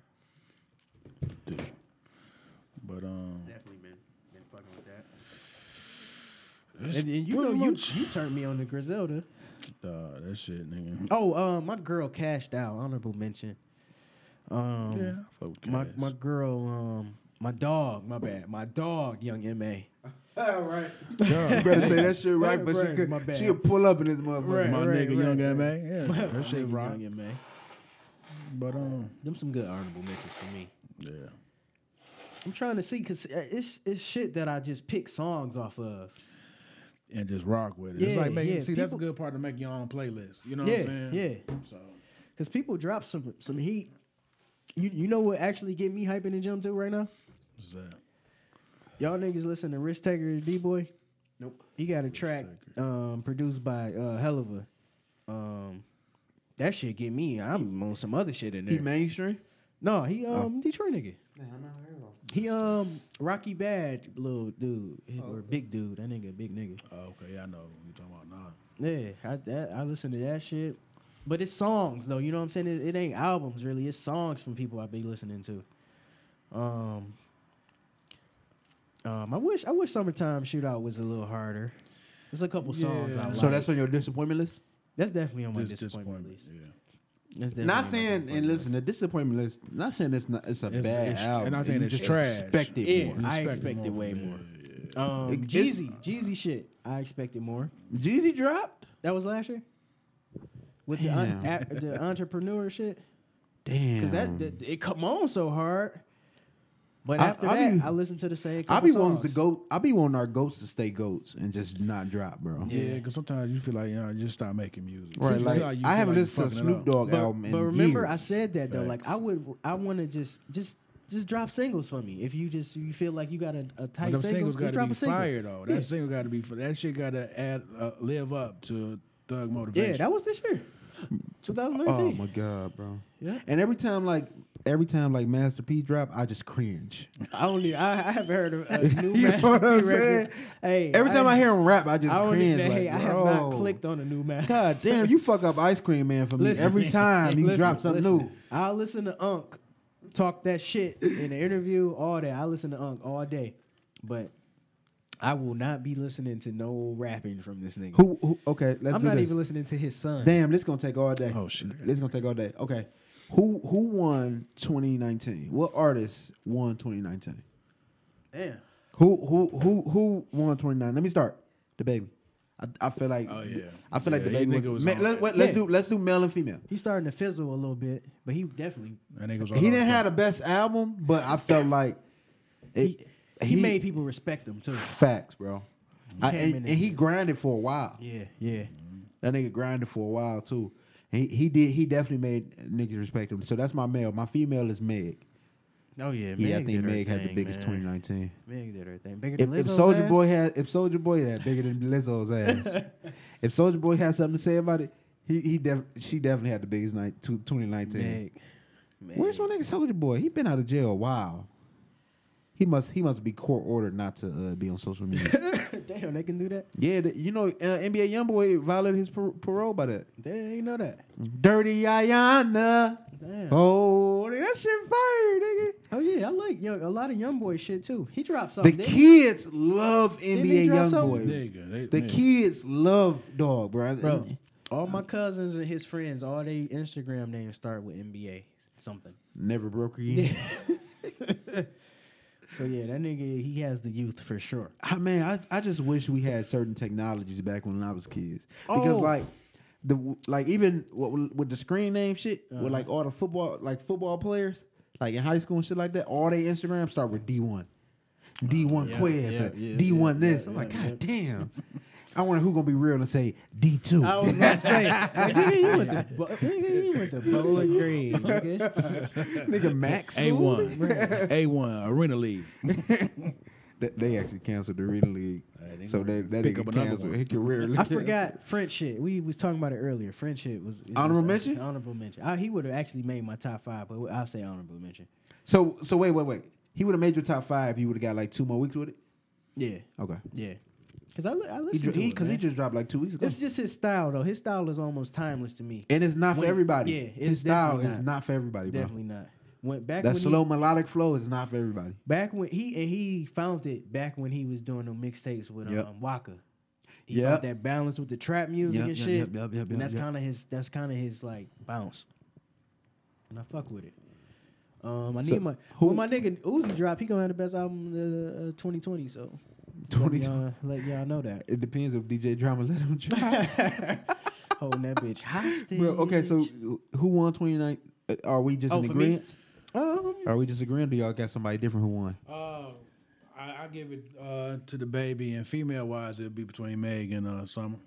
But um,
Definitely been been fucking with that.
it's
And, and you know
pretty
you
much-
you turned me on to Griselda.
Dawg, that shit, nigga.
Oh, uh, my girl cashed out. Honorable mention. Um,
yeah, I fuck with
my
Cass.
my girl, um, my dog. My bad. My dog, young Ma.
All right. You better say that shit right, but
Right,
she could.
my bad.
She'll pull up in this motherfucker.
Right,
my
right,
nigga
right,
Young
right.
M.A. Yeah, that shit
Young
rock.
Ma.
But um,
Them some good honorable mentions for me.
yeah,
I'm trying to see because it's it's shit that I just pick songs off of.
and just rock with it. it's
Yeah,
like making,
yeah,
see, that's a
people-
good part to make your own playlist. You know what
yeah,
I'm saying?
yeah.
So
Because people drop some some heat. You you know what actually get me hyping and jump to right now?
what's that?
Y'all niggas listen to Risk Taker D Boy.
Nope.
He got a track um, produced by uh, Hellova. Um, that shit get me. I'm on some other shit in there.
He Oh. mainstream.
no, he um Detroit nigga. He um Rocky Bad little dude
Oh,
or big dude. That nigga a big nigga.
Oh, okay, yeah, I know what you're talking about now.
Yeah, I that, I listen to that shit. But it's songs though, you know what I'm saying? It, it ain't albums really. It's songs from people I be listening to. Um, um, I wish I wish summertime shootout was a little harder. There's a couple songs. I
Yeah.
like.
Oh, So that's on your disappointment list.
that's definitely on my
Just
disappointment
disappointment.
list.
Yeah.
That's definitely on
Not
my
saying and
disappointment list.
listen, the disappointment list. Not saying it's not. It's a
It's-
bad
it's-
album.
and not saying
you
it's
just
trash.
Expect it
Yeah.
more.
I
expected
expected way
from-
more.
yeah, yeah, yeah.
Um,
It- it's- uh,
Jeezy, Jeezy shit. I expected more.
Jeezy dropped.
That was last year. With the, un-
Damn.
a- the entrepreneur shit.
Damn.
Cause that, that it come on so hard. But
I-
after
I
that,
be-
I listen to the same.
I be
couple
wanting to
songs.
go. I be wanting our goats to stay goats and just not drop, bro.
Yeah.
Yeah, because sometimes you feel like you know, just stop making music.
Right.
You
Like
feel you
I
feel
haven't
like
listened to
you're fucking
Snoop
it up.
Dogg
But,
album in
but remember, I
years.
said that though. Like I
Facts.
would, I want to just just just drop singles for me. If you just you feel like you got a, a
But
tight
them
single,
singles got
just
to
drop
be
a single.
fire though. That
Yeah.
single got to be fi- that shit got to add uh, live up to Thug motivation.
Yeah, that was this year,
Oh
2019.
my god, bro.
Yeah.
And every time, like every time, like Master P drop, I just cringe.
I only I, I haven't heard of a new
You know
Master
what
P
I'm
record.
saying?
Hey,
Every time I, hear him rap, I just
I don't
cringe.
even.
like,
hey, I have
bro.
not clicked on a new Master.
God damn, you fuck up Ice Cream Man for me
Listen.
every time he
Listen,
drops something
listen.
new.
I'll listen to Unc talk that shit in the interview all day. I listen to Unc all day, but I will not be listening to no rapping from this nigga.
Who? who okay, let's
I'm
do
not
this.
even listening to his son.
Damn, this gonna take all day.
Oh, shit.
this gonna take all day. Okay, who who won 2019? What artist won 2019?
Damn.
Who who who who won 29? Let me start. The baby. I, I feel like.
Oh, yeah.
I feel like
Yeah,
the
he
baby was.
nigga was
ma-
on
let,
it.
wait, let's
Yeah.
do let's do male and female.
He's starting to fizzle a little bit, but he definitely
that nigga was on
He
all
didn't
the-
have the best album, but I felt like
he,
it,
he made people respect him too.
facts, bro. I,
came
and,
in
and
and-
he grinded for a while.
Yeah, yeah.
That nigga grinded for a while too. He he did he definitely made niggas respect him. So that's my male. My female is Meg.
Oh yeah, Meg
yeah, I
did
think
her
Meg had the
thing,
biggest
man.
2019.
Meg did her thing. Bigger
If,
than
if
Lizzo's
Soldier
ass?
Boy had if Soldier Boy had bigger than Lizzo's ass, if Soldier Boy had something to say about it, he he def, she definitely had the biggest night two- 2019.
Meg, Man.
Where's my nigga Soldier Boy? He been out of jail a while. He must he must be court ordered not to uh, be on social media.
Damn, they can do that.
yeah, th- you know uh, NBA YoungBoy violated his par- parole by that.
They ain't know that.
Dirty Ayana.
Damn. Oh,
Oh, that shit fire, nigga.
yeah, I like young, a lot of young boy shit too. He dropped
The
something. didn't he?
kids love
he
NBA
drop something?
YoungBoy.
Nigga, they,
The
nigga.
kids love dog, bro.
Bro, all my cousins and his friends, all they Instagram names start with NBA something.
Never broke again.
So yeah, that nigga, he has the youth for sure.
I mean, I, I just wish we had certain technologies back when I was kids because
Oh.
like the like even with, with the screen name shit with like all the football like football players like in high school and shit like that all their Instagram start with D one, D one
yeah,
Quez,
yeah,
or
yeah,
D one
yeah,
this. I'm
yeah,
like,
yeah.
God damn. I wonder who gonna be real and say D two.
I was about to say, like, nigga, you went to, Bo- nigga, you went to Bowling Green, nigga.
Nigga Max
A
Schooley?
one, A one, Arena League.
They, they actually canceled the reading league,
they
so they that
pick up
nigga
another
canceled
one.
his career.
I forgot French shit. We was talking about it earlier. French shit was it
Honorable
was- uh,
mention?
Honorable mention. I, he would have actually made my top five, but I'll say honorable mention.
So so wait wait wait. He would have made your top five. You would have got like two more weeks with it.
Yeah,
Okay.
yeah. Because I, li- I
He
listen
because
to
he,
it,
'cause he
man.
just dropped like two weeks ago,
It's just his style though. His style is almost timeless to me.
and it's not for
When-
everybody.
yeah, it's
his style
definitely
is
not.
not for everybody, bro.
Definitely not. Went back
That
when
slow
He,
melodic flow is not for everybody.
back when he and he found it back when he was doing the mixtapes with um,
Yep.
Waka. He
Yep.
found that balance with the trap music
Yep,
and
yep,
shit.
yep, yep, yep,
and that's
yep.
kind of his. That's kind of his like bounce. And I fuck with it. Um, I need
So,
my
who-
when my nigga Uzi drop. He gonna have the best album of uh, uh, 2020. So let
20
y'all, let y'all know that
It depends if DJ Drama let him try.
holding that bitch hostage.
bro, okay, so who won 29? Uh, Are we just
Oh,
in
for me?
agreement?
um,
Are we just agreeing? Or y'all got somebody different who won?
Uh, I, I give it uh, to the baby, and female wise, it'll be between Meg and uh, Summer.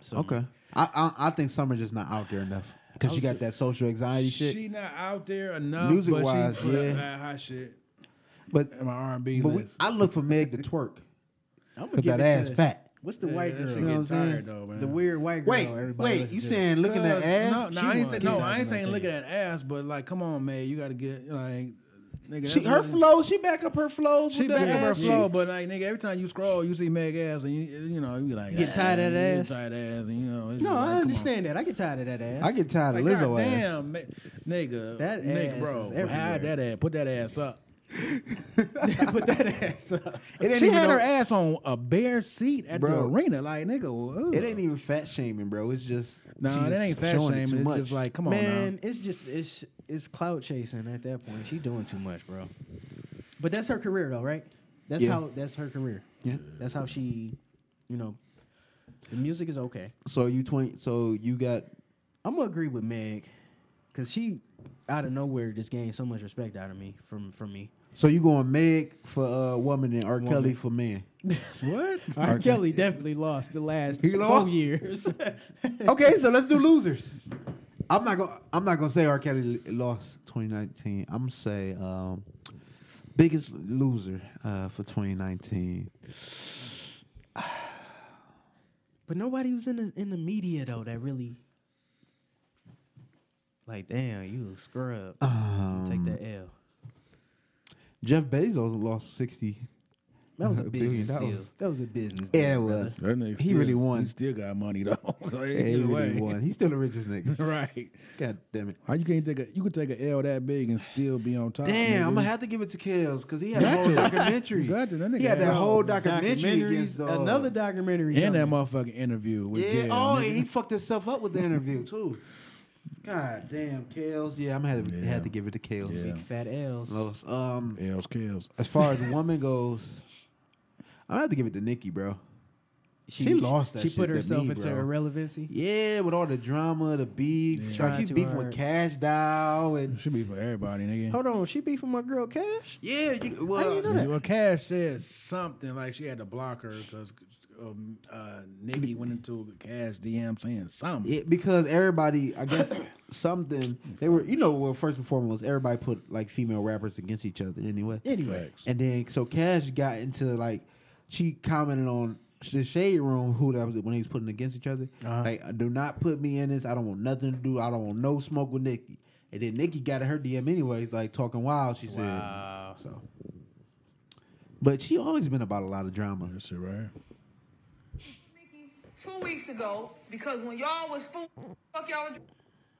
so-
Okay. I, I I think Summer just not out there enough because she got that social anxiety shit.
She not out there enough.
Music
but
wise,
she put
yeah.
up that hot shit
But
in my R and B
but we,
list.
I look for Meg to twerk
I'm gonna
because
give
that
it
ass
to the-
fat.
What's the
Yeah,
white
that
girl?
shit
know
get
what I'm saying?
tired though, man.
The weird white girl.
Wait,
everybody
wait,
was
you
just-
saying looking at
Cuz,
ass?
No,
She
no, I ain't
won
saying no. I ain't
2019.
saying looking at ass, but like, come on, man, you got to get like, nigga.
She
that's
her
what-
flow, she back up her flows.
She
with that
back up her
ass
flow,
shit.
but like, nigga, every time you scroll, you see Meg ass, and you, you know, you be like,
Get
"Ah,
tired of that
you
ass."
get tired of that ass, and you know. it's
No,
just like,
I
come on.
understand that. I get tired of that ass.
I get tired of
Like,
Lizzo ass.
goddamn, ma- nigga,
That
nigga,
ass
bro,
is everywhere.
hide that ass, put that ass up.
put that ass up.
It ain't
She
even
had
no-
her ass on a bare seat at
Bro.
the arena, like nigga. ugh.
It ain't even fat shaming, bro. It's just
No,
she's
that ain't fat
showing it
shaming. It's
too much.
just like, come on,
Man,
now.
it's just it's it's cloud chasing at that point. She doing too much, bro. But that's her career though, right? That's
Yeah.
how that's her career.
Yeah.
That's how she, you know, the music is okay.
so you twenty. So you got
I'm gonna agree with Meg, cause she out of nowhere just gained so much respect out of me from from me.
so you going Meg for uh, woman and R. Kelly
Woman.
for man.
What?
R. Kelly definitely lost the last
He lost?
years.
Okay, so let's do losers. I'm not gonna I'm not gonna say R. Kelly l- lost 2019. I'm gonna say um, biggest loser uh, for 2019.
But nobody was in the in the media though that really like damn you a scrub. You take that
Um,
L.
Jeff Bezos lost 60.
That was a
a billion
business deal.
dollars.
That was a business deal.
Yeah, it
brother.
was. He really won.
He still got money though. So
Yeah, he really
either way.
won. He's still the richest nigga.
right.
God damn it.
How you can't take a you could take an L that big and still be on top?
Damn,
nigga.
I'm gonna have to give it to Kills because he had a
Got
whole
to.
documentary.
Got to. That nigga
he had that
had
whole
all
documentary
Documentaries,
against uh, dog.
another documentary.
and that
coming.
motherfucking interview with
Yeah.
Gail,
oh,
nigga.
and he fucked himself up with the interview too. God damn, Kills. Yeah, I'm gonna have to,
Yeah.
have to give it to Kills.
Yeah.
Big fat L's.
Los. Um,
L's kills.
as far as woman goes, I'm gonna have to give it to Nikki, bro. She lost that
She
shit
put
to
herself
me,
into
bro.
irrelevancy.
Yeah, with all the drama, the beef,
Yeah.
like she's
Trying too
beefing
hard.
with Cash Dow and
Should be for everybody, nigga.
Hold on, she beefing my girl Cash.
yeah, you,
How you
well,
know that?
Well, Cash said something like she had to block her because um, uh, Nikki went into Cash DM saying something.
It, because everybody, I guess, something they were, you know, well, first and foremost, everybody put like female rappers against each other anyway.
Anyway,
And then so Cash got into like she commented on the shade room who that was when he was putting against each other.
Uh-huh.
Like, do not put me in this. I don't want nothing to do. I don't want no smoke with Nikki. And then Nikki got in her DM anyways, like talking wild. She said,
Wow.
so. But she always been about a lot of drama.
That shit right here.
Nikki, two weeks ago because when y'all was fool, fuck y'all was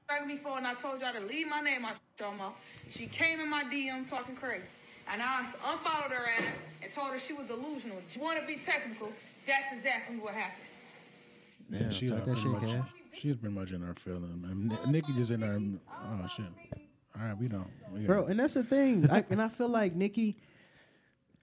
dragging me for, and I told y'all to leave my name out y'all mouth. She came in my DM talking crazy, and I unfollowed her ass and told her she was delusional. If you want to be technical? That's exactly what happened.
Yeah, she
talk that
like pretty
shit,
much-
Cash.
She's pretty much in her feeling. man. Ni- Nikki just in her. Oh shit. All right, we don't. We got-
bro. And that's the thing, I, and I feel like Nikki,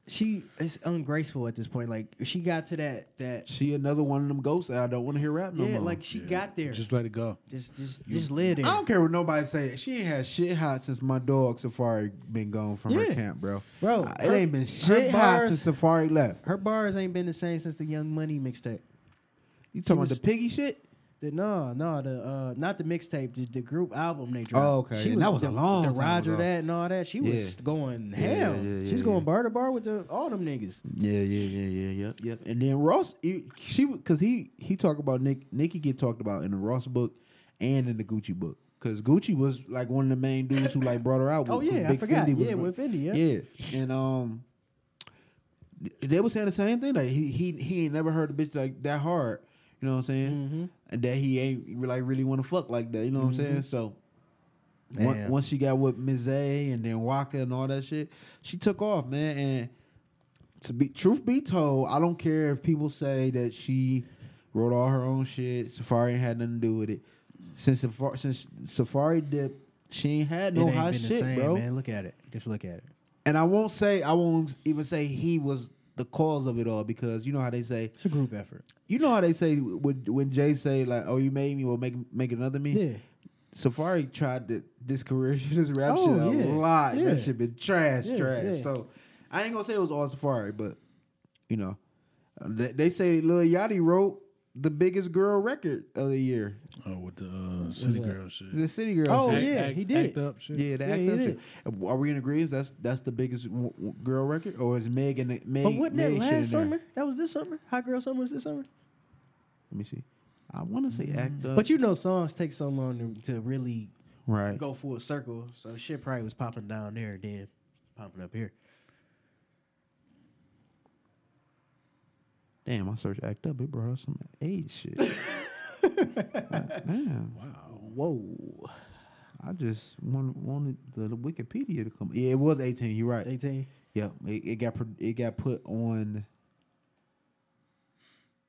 she is ungraceful at this point. Like she got to that that
She another one of them ghosts that I don't want to hear rap no
yeah,
more.
like she
Yeah,
got there. Just
Just let it go.
just just, just live
I
there.
don't care what nobody say. She ain't had shit hot since my dog Safari been gone from her
Yeah.
camp, bro.
Bro,
Uh,
her-
it ain't been
her
shit hot
bars-
since Safari left.
Her bars ain't been the same since the Young Money mixtape.
You talking
was-
about the piggy shit?
The, no, no, the uh, not the mixtape, the, the group album they dropped.
Oh, okay.
She
And that was a
the-
long
the
time
Roger
ago.
that and all that. She was
Yeah.
going
Yeah,
hell.
yeah, yeah,
She's
yeah.
going bar to bar with the, all them niggas.
Yeah, yeah, yeah, yeah, yep, yep. And then Ross, he- she because he he talked about Nick. Nikki get talked about in the Ross book and in the Gucci book because Gucci was like one of the main dudes who like brought her out.
Oh,
with-
yeah, I
Big
forgot.
Fendi was
Yeah,
bro-
with Fendi, yeah.
yeah. And um, th- they were saying the same thing. Like he he he ain't never heard a bitch like that hard. You know what I'm saying?
Mm-hmm.
And that he ain't like really want to fuck like that. You know what I'm saying? So. Once,
Damn.
once she got with Miz A and then Waka and all that shit, she took off, man. And to be truth be told, I don't care if people say that she wrote all her own shit. Safari ain't had nothing to do with it. Since Safari, since Safari dipped, she ain't had no
it ain't
hot
been
shit,
the same,
bro.
man. Look at it. Just look at it.
And I won't say, I won't even say he was the cause of it all because you know how they say,
It's a group effort.
you know how they say when, when Jay say like, "Oh, you made me, well make make another me."
Yeah.
Safari tried to this career shit, this rap
Oh,
shit a
yeah.
lot.
Yeah.
That shit been trash,
Yeah,
trash.
yeah.
So I ain't gonna say it was all Safari, but you know, uh, they, they say Lil Yachty wrote the biggest girl record of the year,
Oh, with the uh, city
that?
girl shit.
the City Girl.
Oh,
shit.
yeah, he did.
Act up shit.
Yeah, the
Yeah,
act
he
up
did.
shit. Are we in agreement? That's that's the biggest w- w- girl record, or is Meg and the, Meg?
But wasn't that
Meg shit in
last
there?
summer? That was this summer. Hot girl summer was this summer.
Let me see. I want to say act up,
Mm. But you know, songs take so long to, to really
right?
go full circle. So shit probably was popping down there, then popping up here.
Damn, I searched act up. It brought up some AIDS shit. Like, damn.
Whoa,
I just wanted, wanted the, the Wikipedia to come. Yeah, it was 18. You're right.
eighteen.
Yeah, it, it got pro- it got put on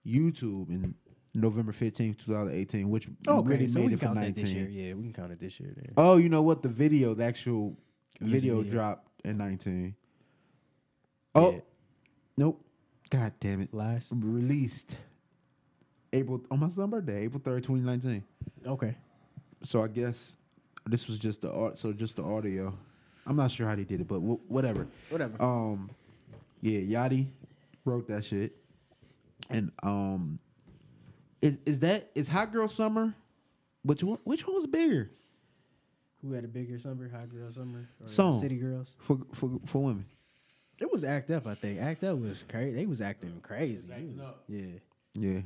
YouTube in November 15th, 2018, which
Oh,
really made it for 19.
this year. Yeah, we can count it this year. Then.
Oh, you know what? The video, the actual
Music
video,
video.
dropped in 19. Oh,
Yeah.
nope. God damn it.
Lies.
Released April on my son's birthday, April 3rd, 2019.
Okay.
So I guess this was just the au- so just the audio. I'm not sure how they did it, but w- whatever.
Whatever.
Um, yeah, Yachty wrote that shit, and um, is is that is Hot Girl Summer? Which one? Which one was bigger
Who had a bigger summer? Hot girl summer. Or
Song.
City girls.
for for for women?
It was Act Up. I think Act Up was crazy. They was acting crazy. It was- yeah.
Yeah.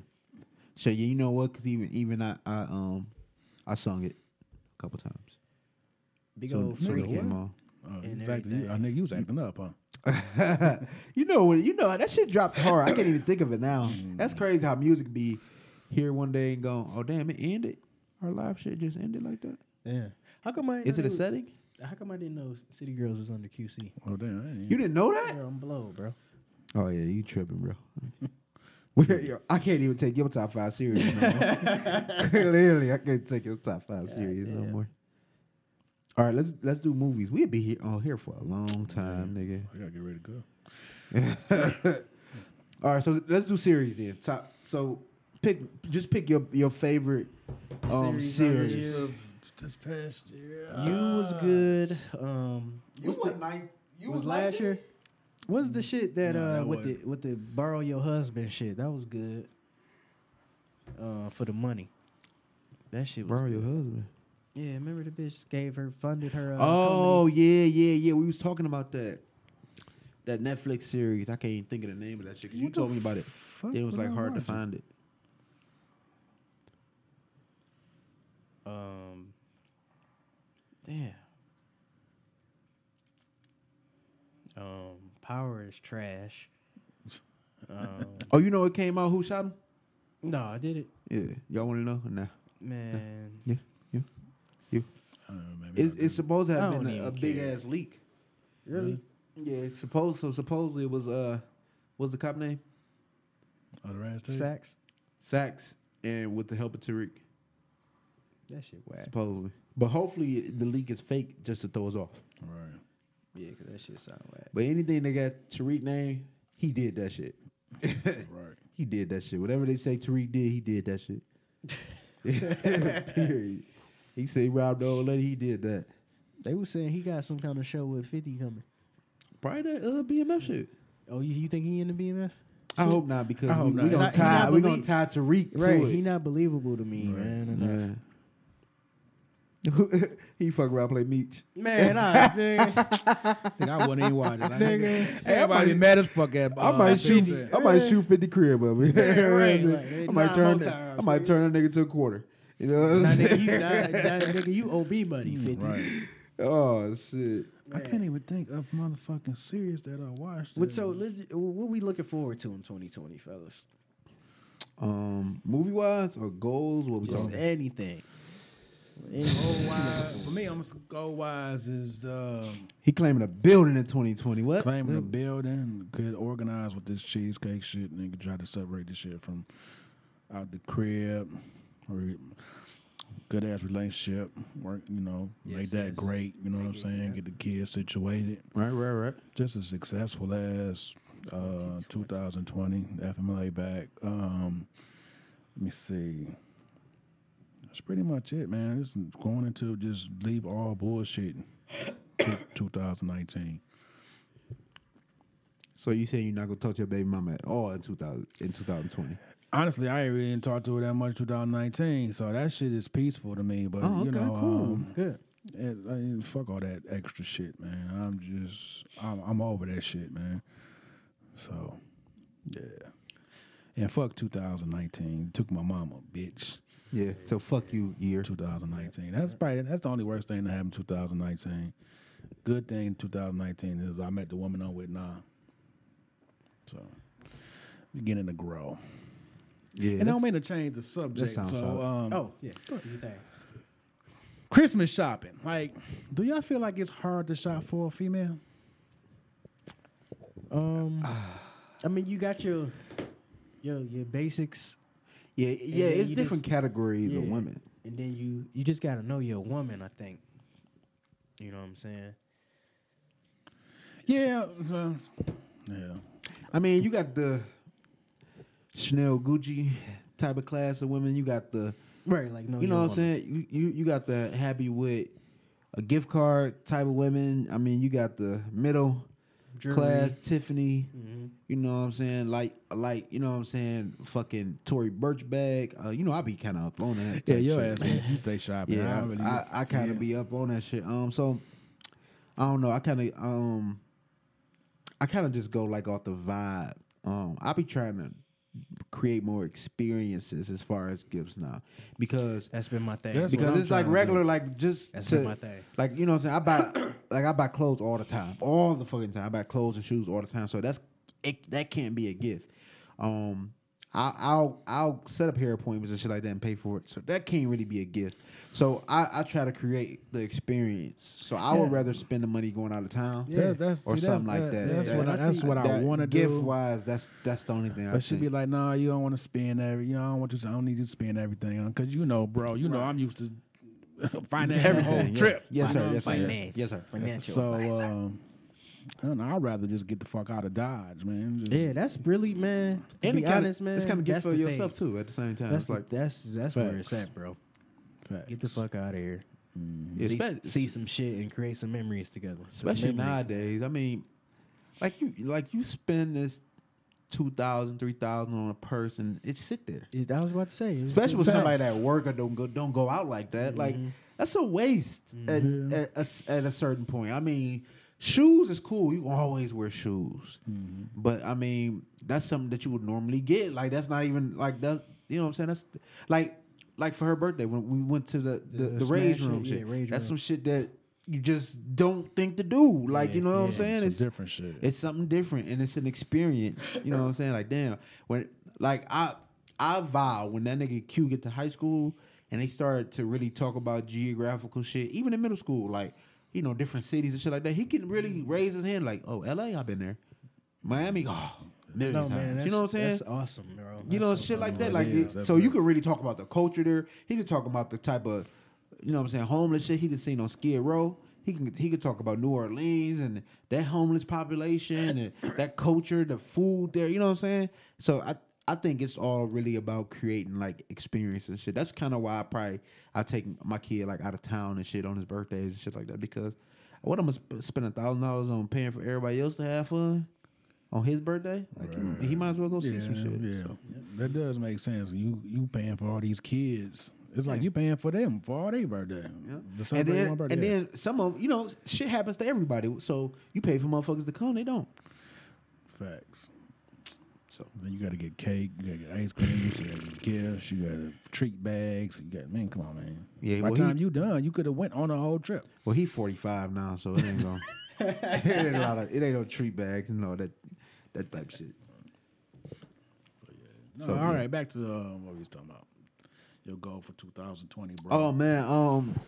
So yeah, you know what? Because even even I I um I sung it a couple times.
Big
So
old
so
freak.
it came on.
Oh, you
And
was acting, you, I
everything.
think you was acting up, huh?
you know when you know that shit dropped hard. I can't even think of it now. That's crazy how music be here one day and gone. Oh damn, it ended. Our live shit just ended like that.
Yeah. How come I? didn't
Is it
know
a
they was-
setting?
How come I didn't know City Girls was under QC?
Oh damn, I ain't
You didn't know
Girl,
that?
I'm blow, bro.
Oh yeah, you tripping, bro. We're- yo, I can't even take your top five serious no more. Clearly, I can't take your top five serious no
damn.
more. All right, let's let's do movies. We'll be here on here for a long time, nigga.
I gotta get ready to go.
All right, so let's do series then. Top. So pick just pick your your favorite um series.
Series under
This past year,
You was good. Um,
You was nine. You
was last year. What's the shit that
No,
uh
that
with
wasn't.
the with the borrow your husband shit? That was good. Uh, for the money. That shit was.
Bro,
good.
your husband.
Yeah, remember the bitch gave her funded her. Uh,
Oh yeah, yeah, yeah. We was talking about that that Netflix series. I can't even think of the name of that shit 'cause you
What the
told me about it.
fuck
It was
was
like
I
hard to
watching?
find it.
company. Um, Damn. Um, power is trash. Um,
Oh, you know it came out who shot him?
no, I did it,
Yeah. Y'all want to know? Nah.
man.
Yeah. You. You.
I don't know, maybe
It,
not.
it's supposed to
I
have
don't
been a,
even
a big
care.
ass leak.
Really?
Yeah. It's supposed. So supposedly it was uh, what's the cop name?
Oh, the Rams too?
Sacks?
Sachs, and with the help of Tariq,
That shit whack.
supposedly. But hopefully the leak is fake just to throw us off.
Right.
Yeah, cause that shit sound whack.
But anything that got Tariq name, he did that shit.
Right.
he did that shit. Whatever they say Tariq did, he did that shit. Period. He said he robbed the old lady. He did that.
They were saying he got some kind of show with Fifty coming.
Probably that uh, BMF shit.
Oh, you, you think he in the BMF?
I hope not because
I hope
we,
not.
we gonna
Not- he not
tie we gonna
belie-
tie Tariq to
Right,
it.
he not believable to me,
Right.
man. and I-
Yeah. he fuck around play Meech.
Man, I think
Think I wasn't even watching. Like,
Nigga.
Everybody
I might-
mad as fuck at.
I
uh,
might shoot.
50.
I might shoot fifty crib up.
right, like, they
I might
nine
turn.
more
that- I
times,
might
nigga.
turn that nigga to a quarter. You know. What
nah,
I'm
nigga,
saying?
you, nah, nah, nigga, you OB money, Fifty.
Right.
oh shit!
I can't even think of motherfucking series that I watched.
What
that-
so? Mm-hmm. Let's, uh, what we looking forward to in 2020, fellas?
Um, movie wise or goals? What we
Just
talking?
anything. Um,
Gold wise for me, I'm gold wise is um,
He claiming a building in 2020. What?
claiming the building could organize with this cheesecake shit. Nigga try to separate this shit from out the crib or good ass relationship. Work, you know, make that
yes.
great. You know what I'm saying? Get the kids situated.
Right, right, right.
just as successful as uh, 2020 FMLA back. Um, let me see. That's pretty much it, man. It's going into just leave all bullshit. to 2019.
So you saying you're not gonna touch your baby mama at all in 2000 in 2020?
Honestly, I ain't really didn't talk to her that much 2019, so that shit is peaceful to me. But
Oh,
you
okay,
know,
cool.
um,
Good.
it, I mean, fuck all that extra shit, man. I'm just, I'm, I'm over that shit, man. So, yeah. And fuck 2019. Took my mama, bitch.
Yeah. So fuck you, year.
2019. That's probably that's the only worst thing that happened 2019. Good thing 2019 is I met the woman I'm with now. So, beginning to grow.
Yeah.
and I
that's-
don't mean to change the subject.
sounds
so,
solid.
um,
Oh yeah. You think?
Christmas shopping. Like, do y'all feel like it's hard to shop for a female?
Um, I mean, you got your your your basics,
yeah, yeah.
then
It's
you
different categories of
Yeah.
women.
and then you you just gotta know your woman. I think. You know what I'm saying?
Yeah, uh, yeah.
I mean, you got the Chanel Gucci type of class of women. You got the
Right. Like no.
you know what I'm saying? You, you you got the happy with a gift card type of women. I mean, you got the middle class Tiffany. You know what I'm saying? Like like you know what I'm saying? Fucking Tory Birchbag. Uh, you know I be kind of up on that.
Yeah,
type
your
shit.
ass, you- you stay shopping.
Yeah, I,
don't really-
I, I kind of
yeah.
be up on that shit. Um, so I don't know. I kind of um, I kind of just go like off the vibe. Um, I be trying to create more experiences as far as gifts now because
That's been my thing.
That's what
because
I'm
it's like
trying to
regular, like just
That's
to,
been my thing.
like you know what I'm saying. I buy like I buy clothes all the time, all the fucking time. I buy clothes and shoes all the time. So that's it, that can't be a gift. Um, I, I'll I'll set up hair appointments and shit like that and pay for it. So that can't really be a gift. So I, I try to create the experience. So I would
Yeah.
rather spend the money going out of town
That's- that's-
or
see, that's-
something like that.
That's
That-
what I, that's what I
that
want to
gift
do.
wise. That's that's the only thing. I
But she'd be
think.
like, "Nah, you don't want to spend every. You know, I don't want you. To, I don't need you to spend everything on. Cause you know, bro, you know, I'm used to finance the whole
Everything, yeah.
trip.
Yes sir. Yes sir.
Finance,
Yes,
finance,
yes sir.
Financial
So,
advisor.
um, I don't know. I'd rather just get the fuck out of Dodge, man. Just-
yeah, that's really man. To
And
be
it kinda-
honest, man,
it's kind of good
that's
for
the
yourself
thing.
too. At the same time,
That's
it's like
like that's that's where it's
Facts.
at, bro.
facts.
Get the fuck out of here.
Yeah,
See,
spe-
see some shit and create some memories together. Some
Mm-hmm. especially
memories.
nowadays. I mean, like you like you spend this two thousand, three thousand on a person, it sit there.
It- I was about to say, it's- Mm-hmm.
Especially with
it's
somebody
facts.
that work or don't go don't go out like that. Like that's a waste at-
Mm-hmm.
at, a s- at a certain point. I mean, shoes is cool. You can always wear shoes,
Mm-hmm.
but I mean that's something that you would normally get. Like that's not even like that. You know what I'm saying? That's like like for her birthday when we went to the the,
The-
the,
the
rage
smash
room
it, yeah,
shit.
rage
That's
room.
some shit that you just don't think to do. Like you know what I'm saying?
Some different shit.
It's something different and it's an experience. You know what I'm saying? Like damn, when like I I vow when that nigga Q get to high school and they start to really talk about geographical shit, even in middle school, like you know different cities and shit like that. He can really raise his hand like, oh L.A. I've been there, Miami, oh. Million
No,
times.
man.
you know what I'm saying?
That's awesome, bro.
you
That's
know,
so
shit like that.
fucking awesome.
Like,
Yeah,
it- so
definitely.
you could really talk about the culture there. He could talk about the type of, you know, what I'm saying, homeless shit he done seen on Skid Row. He can he could talk about New Orleans and that homeless population and that culture, the food there. You know what I'm saying? So I I think it's all really about creating like experiences and shit. That's kind of why I probably I take my kid like out of town and shit on his birthdays and shit like that because what I'm gonna sp- spend a thousand dollars on paying for everybody else to have fun. On his birthday, like he might as well go see some shit.
Yeah,
so.
that does make sense. You you paying for all these kids. It's like
Yeah.
you paying for them for all their birthday. To
Yeah. And
celebrate
then,
one birthday.
and then some of you know shit happens to everybody. So you pay for motherfuckers to come, they don't.
facts.
So
Then you got to get cake, you got to get ice cream, you got to get gifts, you got to treat bags. You got man, come on, man.
Yeah,
By
well,
the time
he-
you done, you could have went on a whole trip.
well, he forty five now, so it ain't going it ain't a lot of it ain't no treat bags and all that that type shit.
No,
So,
all right,
yeah.
back to uh, what we was talking about. Your goal for 2020, bro.
Oh man, um,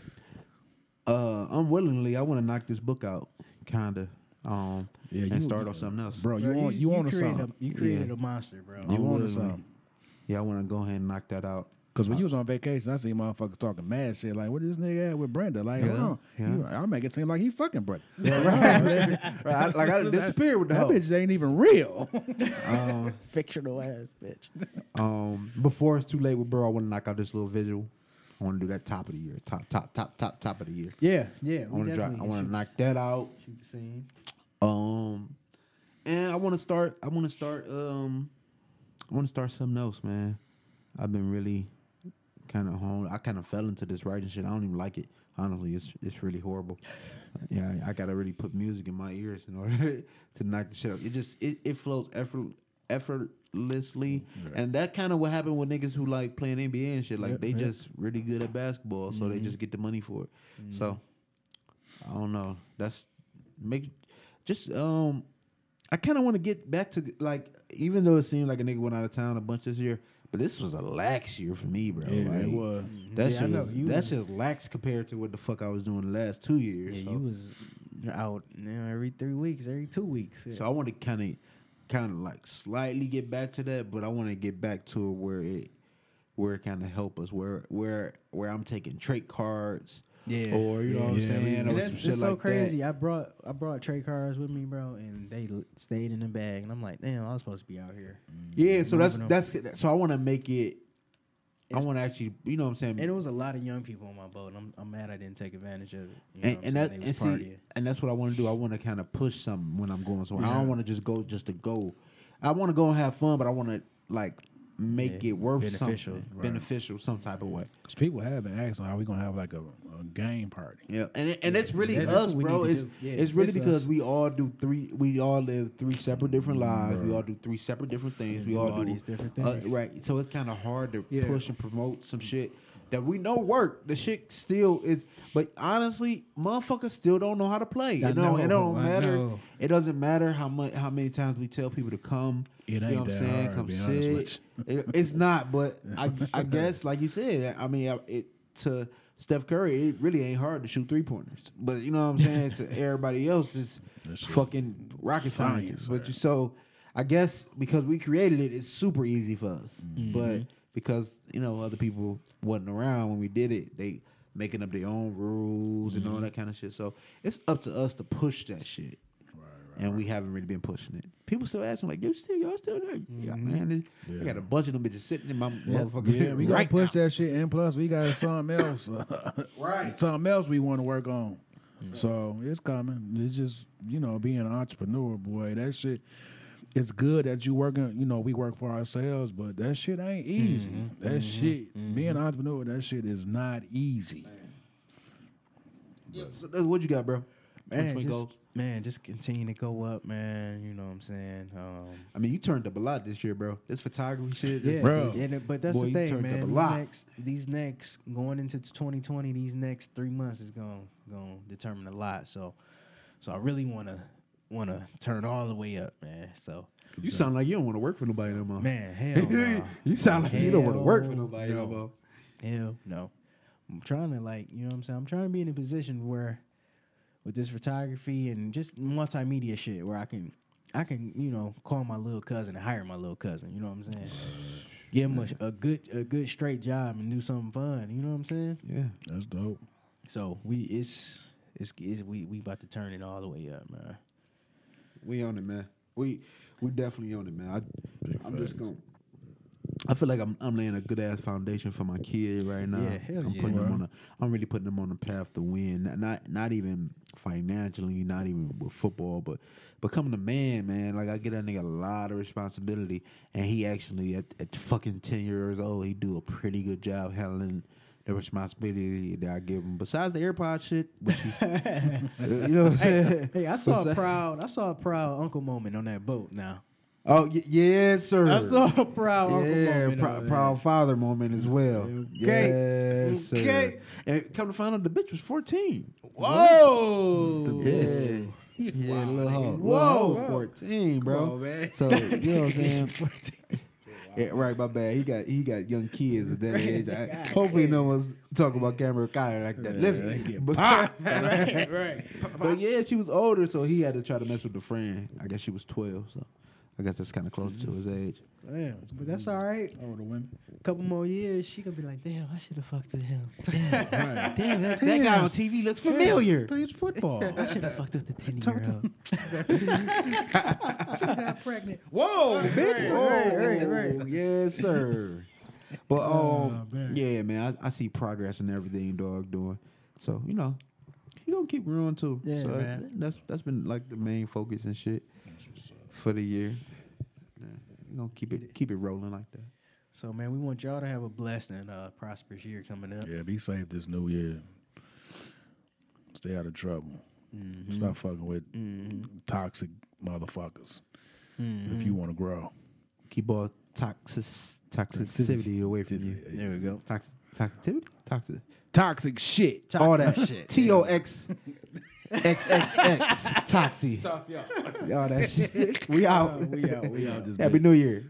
uh, unwillingly, I want to knock this book out, kinda, um,
Yeah,
and
you-
start off something else,
bro, you
Bro,
want you, want on to
created
something?
A, you
Yeah.
created a monster, bro.
You on to
Unwillingly.
something?
Yeah, I want to go ahead and knock that out.
Cause when you was on vacation, I see motherfuckers talking mad shit like, "What this nigga at with Brenda?" Like,
Yeah,
hold on,
yeah.
You- I make it seem like he fucking Brenda.
Right, I, like I done disappeared with the
that
hoe.
bitch ain't even real.
Fictional ass bitch.
Um, before it's too late with bro, I want to knock out this little visual. I want to do that top of the year, top, top, top, top, top of the year.
Yeah, yeah.
I want to drop. I want to knock that out.
Shoot the scene.
Um, and I want to start. I want to start. Um, I want to start something else, man. I've been really kind of honed. I kind of fell into this writing shit. I don't even like it. Honestly, it's it's really horrible. yeah, I, I gotta really put music in my ears in order to knock the shit out. It just it, it flows effort effortlessly, and that kind of what happened with niggas who like playing NBA and shit. Like they just really good at basketball, so they just get the money for it. So I don't know. That's make just um. I kind of want to get back to like, even though it seemed like a nigga went out of town a bunch this year, but this was a lax year for me, bro.
Yeah,
like,
it was.
That's
Mm-hmm. Yeah, I know.
just
You
that's
was-
just lax compared to what the fuck I was doing the last two years.
Yeah,
so.
you was out you know, every three weeks, every two weeks.
So I want to kind of, kind of like slightly get back to that, but I want to get back to where it, where it kind of help us, where where where I'm taking trait cards,
Yeah.
or you know what I'm
Yeah.
saying,
And
or
that's
some
it's
shit
so
like
crazy.
that.
I brought I brought trade cards with me, bro, and they l- stayed in the bag. And I'm like, damn, I was supposed to be out here.
Yeah, so that's
Moving on.
that's so I want to make it. I want to actually, you know what I'm saying,
And it was a lot of young people on my boat, and I'm, I'm mad I didn't take advantage of it. You know
and,
what I'm
and
saying?
that
They
and
was
see,
partying.
and that's what I want to do. I want to kind of push something when I'm going somewhere. I
Yeah.
don't want to just go just to go. I want to go and have fun, but I want to like make
Yeah,
it worth
beneficial,
something,
right.
beneficial some type of way.
Cause people have been asking how we gonna have like a, a game party.
Yeah, and it- and it's really
That- that's
us,
what we
bro.
need to
It's
do. Yeah,
it's really
it's
because
us.
we all do three. We all live three separate different lives. We all do three separate different things. We
do
all
all
do
these different
uh,
things.
right? So it's kind of hard to
Yeah.
push and promote some shit that we know work. The shit still is, but honestly, motherfuckers still don't know how to play. You
I
know, it
know,
don't
I
matter.
know.
It doesn't matter how much how many times we tell people to come.
It
you know
ain't
what I'm
that
saying?
hard,
come
be honest
sit. It- it's not, but I I guess like you said, I mean, I- it to Steph Curry, it really ain't hard to shoot three pointers. But you know what I'm saying? to everybody else, it's
That's true.
fucking rocket
Science,
science.
right.
But you, so I guess because we created it, it's super easy for us. But because you know other people wasn't around when we did it, they making up their own rules and all that kind of shit. So it's up to us to push that shit and we haven't really been pushing it. People still asking like, "You still, y'all still there?" Yeah,
Mm-hmm.
man. this-
Yeah.
I got a bunch of them bitches sitting in my
Yeah,
motherfucking
yeah, we gotta
right
push
now.
that shit. And plus, we got something else.
Right.
Something else we want to work on. So it's coming. It's just you know being an entrepreneur, boy. That shit. It's good that you working. You know we work for ourselves, but that shit ain't easy. that shit, being an entrepreneur, that shit is not easy.
Yeah, so that's what you got, bro.
Man,
Frenchman
just,
goes.
man, just continue to go up, man. You know what I'm saying? Um,
I mean, you turned up a lot this year, bro. This photography shit.
yeah,
this-
Bro.
and it- but that's
Boy,
the
you
thing,
turned up a
man. These
lot.
next, these next going into 2020, these next three months is gonna gonna determine a lot. So, so I really wanna wanna turn all the way up, man. So,
You sound like you don't want to work for nobody no more.
man, hell, no.
you sound like you don't want to work for
Hell
nobody no
no.
more.
Hell no. I'm trying to like, you know what I'm saying? I'm trying to be in a position where with this photography and just multimedia shit where I can I can, you know, call my little cousin and hire my little cousin, you know what I'm saying? Give him a, a good a good straight job and do something fun, you know what I'm saying?
Yeah.
That's dope.
So we it's it's, it's we we about to turn it all the way up, man.
We on it, man. We we definitely on it, man. I, I'm just going. I feel like I'm I'm laying a good ass foundation for my kid right now.
Yeah, hell
I'm
yeah.
putting them on a. I'm really putting them on the path to win. Not- Not not even financially, not even with football, but becoming a man, man. Like I get that nigga a lot of responsibility, and he actually at, at fucking ten years old, he do a pretty good job handling. The responsibility that I give him, besides the AirPod shit, which he's, you know what I'm saying?
Hey, I saw a
Besi-
proud I saw a proud uncle moment on that boat now.
Oh y- yes, sir.
I saw a proud uncle
yeah,
moment.
prou-
on there.
proud father moment as well. Yes, sir.
Okay.
And come to find out, the bitch was fourteen.
Whoa.
Yeah, yeah, little hoe,
Whoa.
little hoe, fourteen, bro.
on, man.
So you know what I'm saying? Yeah, right, my bad. He got he got young kids at that age. I, hopefully, no one's talking about Cameron Kyle like that. Listen, but,
right, right.
but yeah, she was older, so he had to try to mess with the friend. I guess she was twelve, so I guess that's kind of close to his age.
Damn, but that's all right.
Oh, the women.
couple more years, she gonna be like, damn, I should have fucked with him.
Right.
Damn, that, that guy on TV looks familiar.
Plays football.
I should have fucked with the ten year old.
got pregnant.
Whoa, Oh, bitch!
right,
Whoa.
right, right.
Yes, sir. But um,
man.
yeah, man, I, I see progress in everything dog doing. So you know, he gonna keep growing too.
Yeah,
so
man.
That's that's been like the main focus and shit for the year. Yeah, we gonna keep it keep it rolling like that.
So man, we want y'all to have a blessed and uh, prosperous year coming up.
Yeah, be safe this new year. Stay out of trouble. Stop fucking with toxic motherfuckers. If you want to grow,
Keep all toxic toxicity away from you.
There we go.
Toxic toxicity toxic.
toxic shit.
all that
Toxic
shit. T O X X X X Toxy. All that shit. We out.
We out. We out. This
Happy New Year.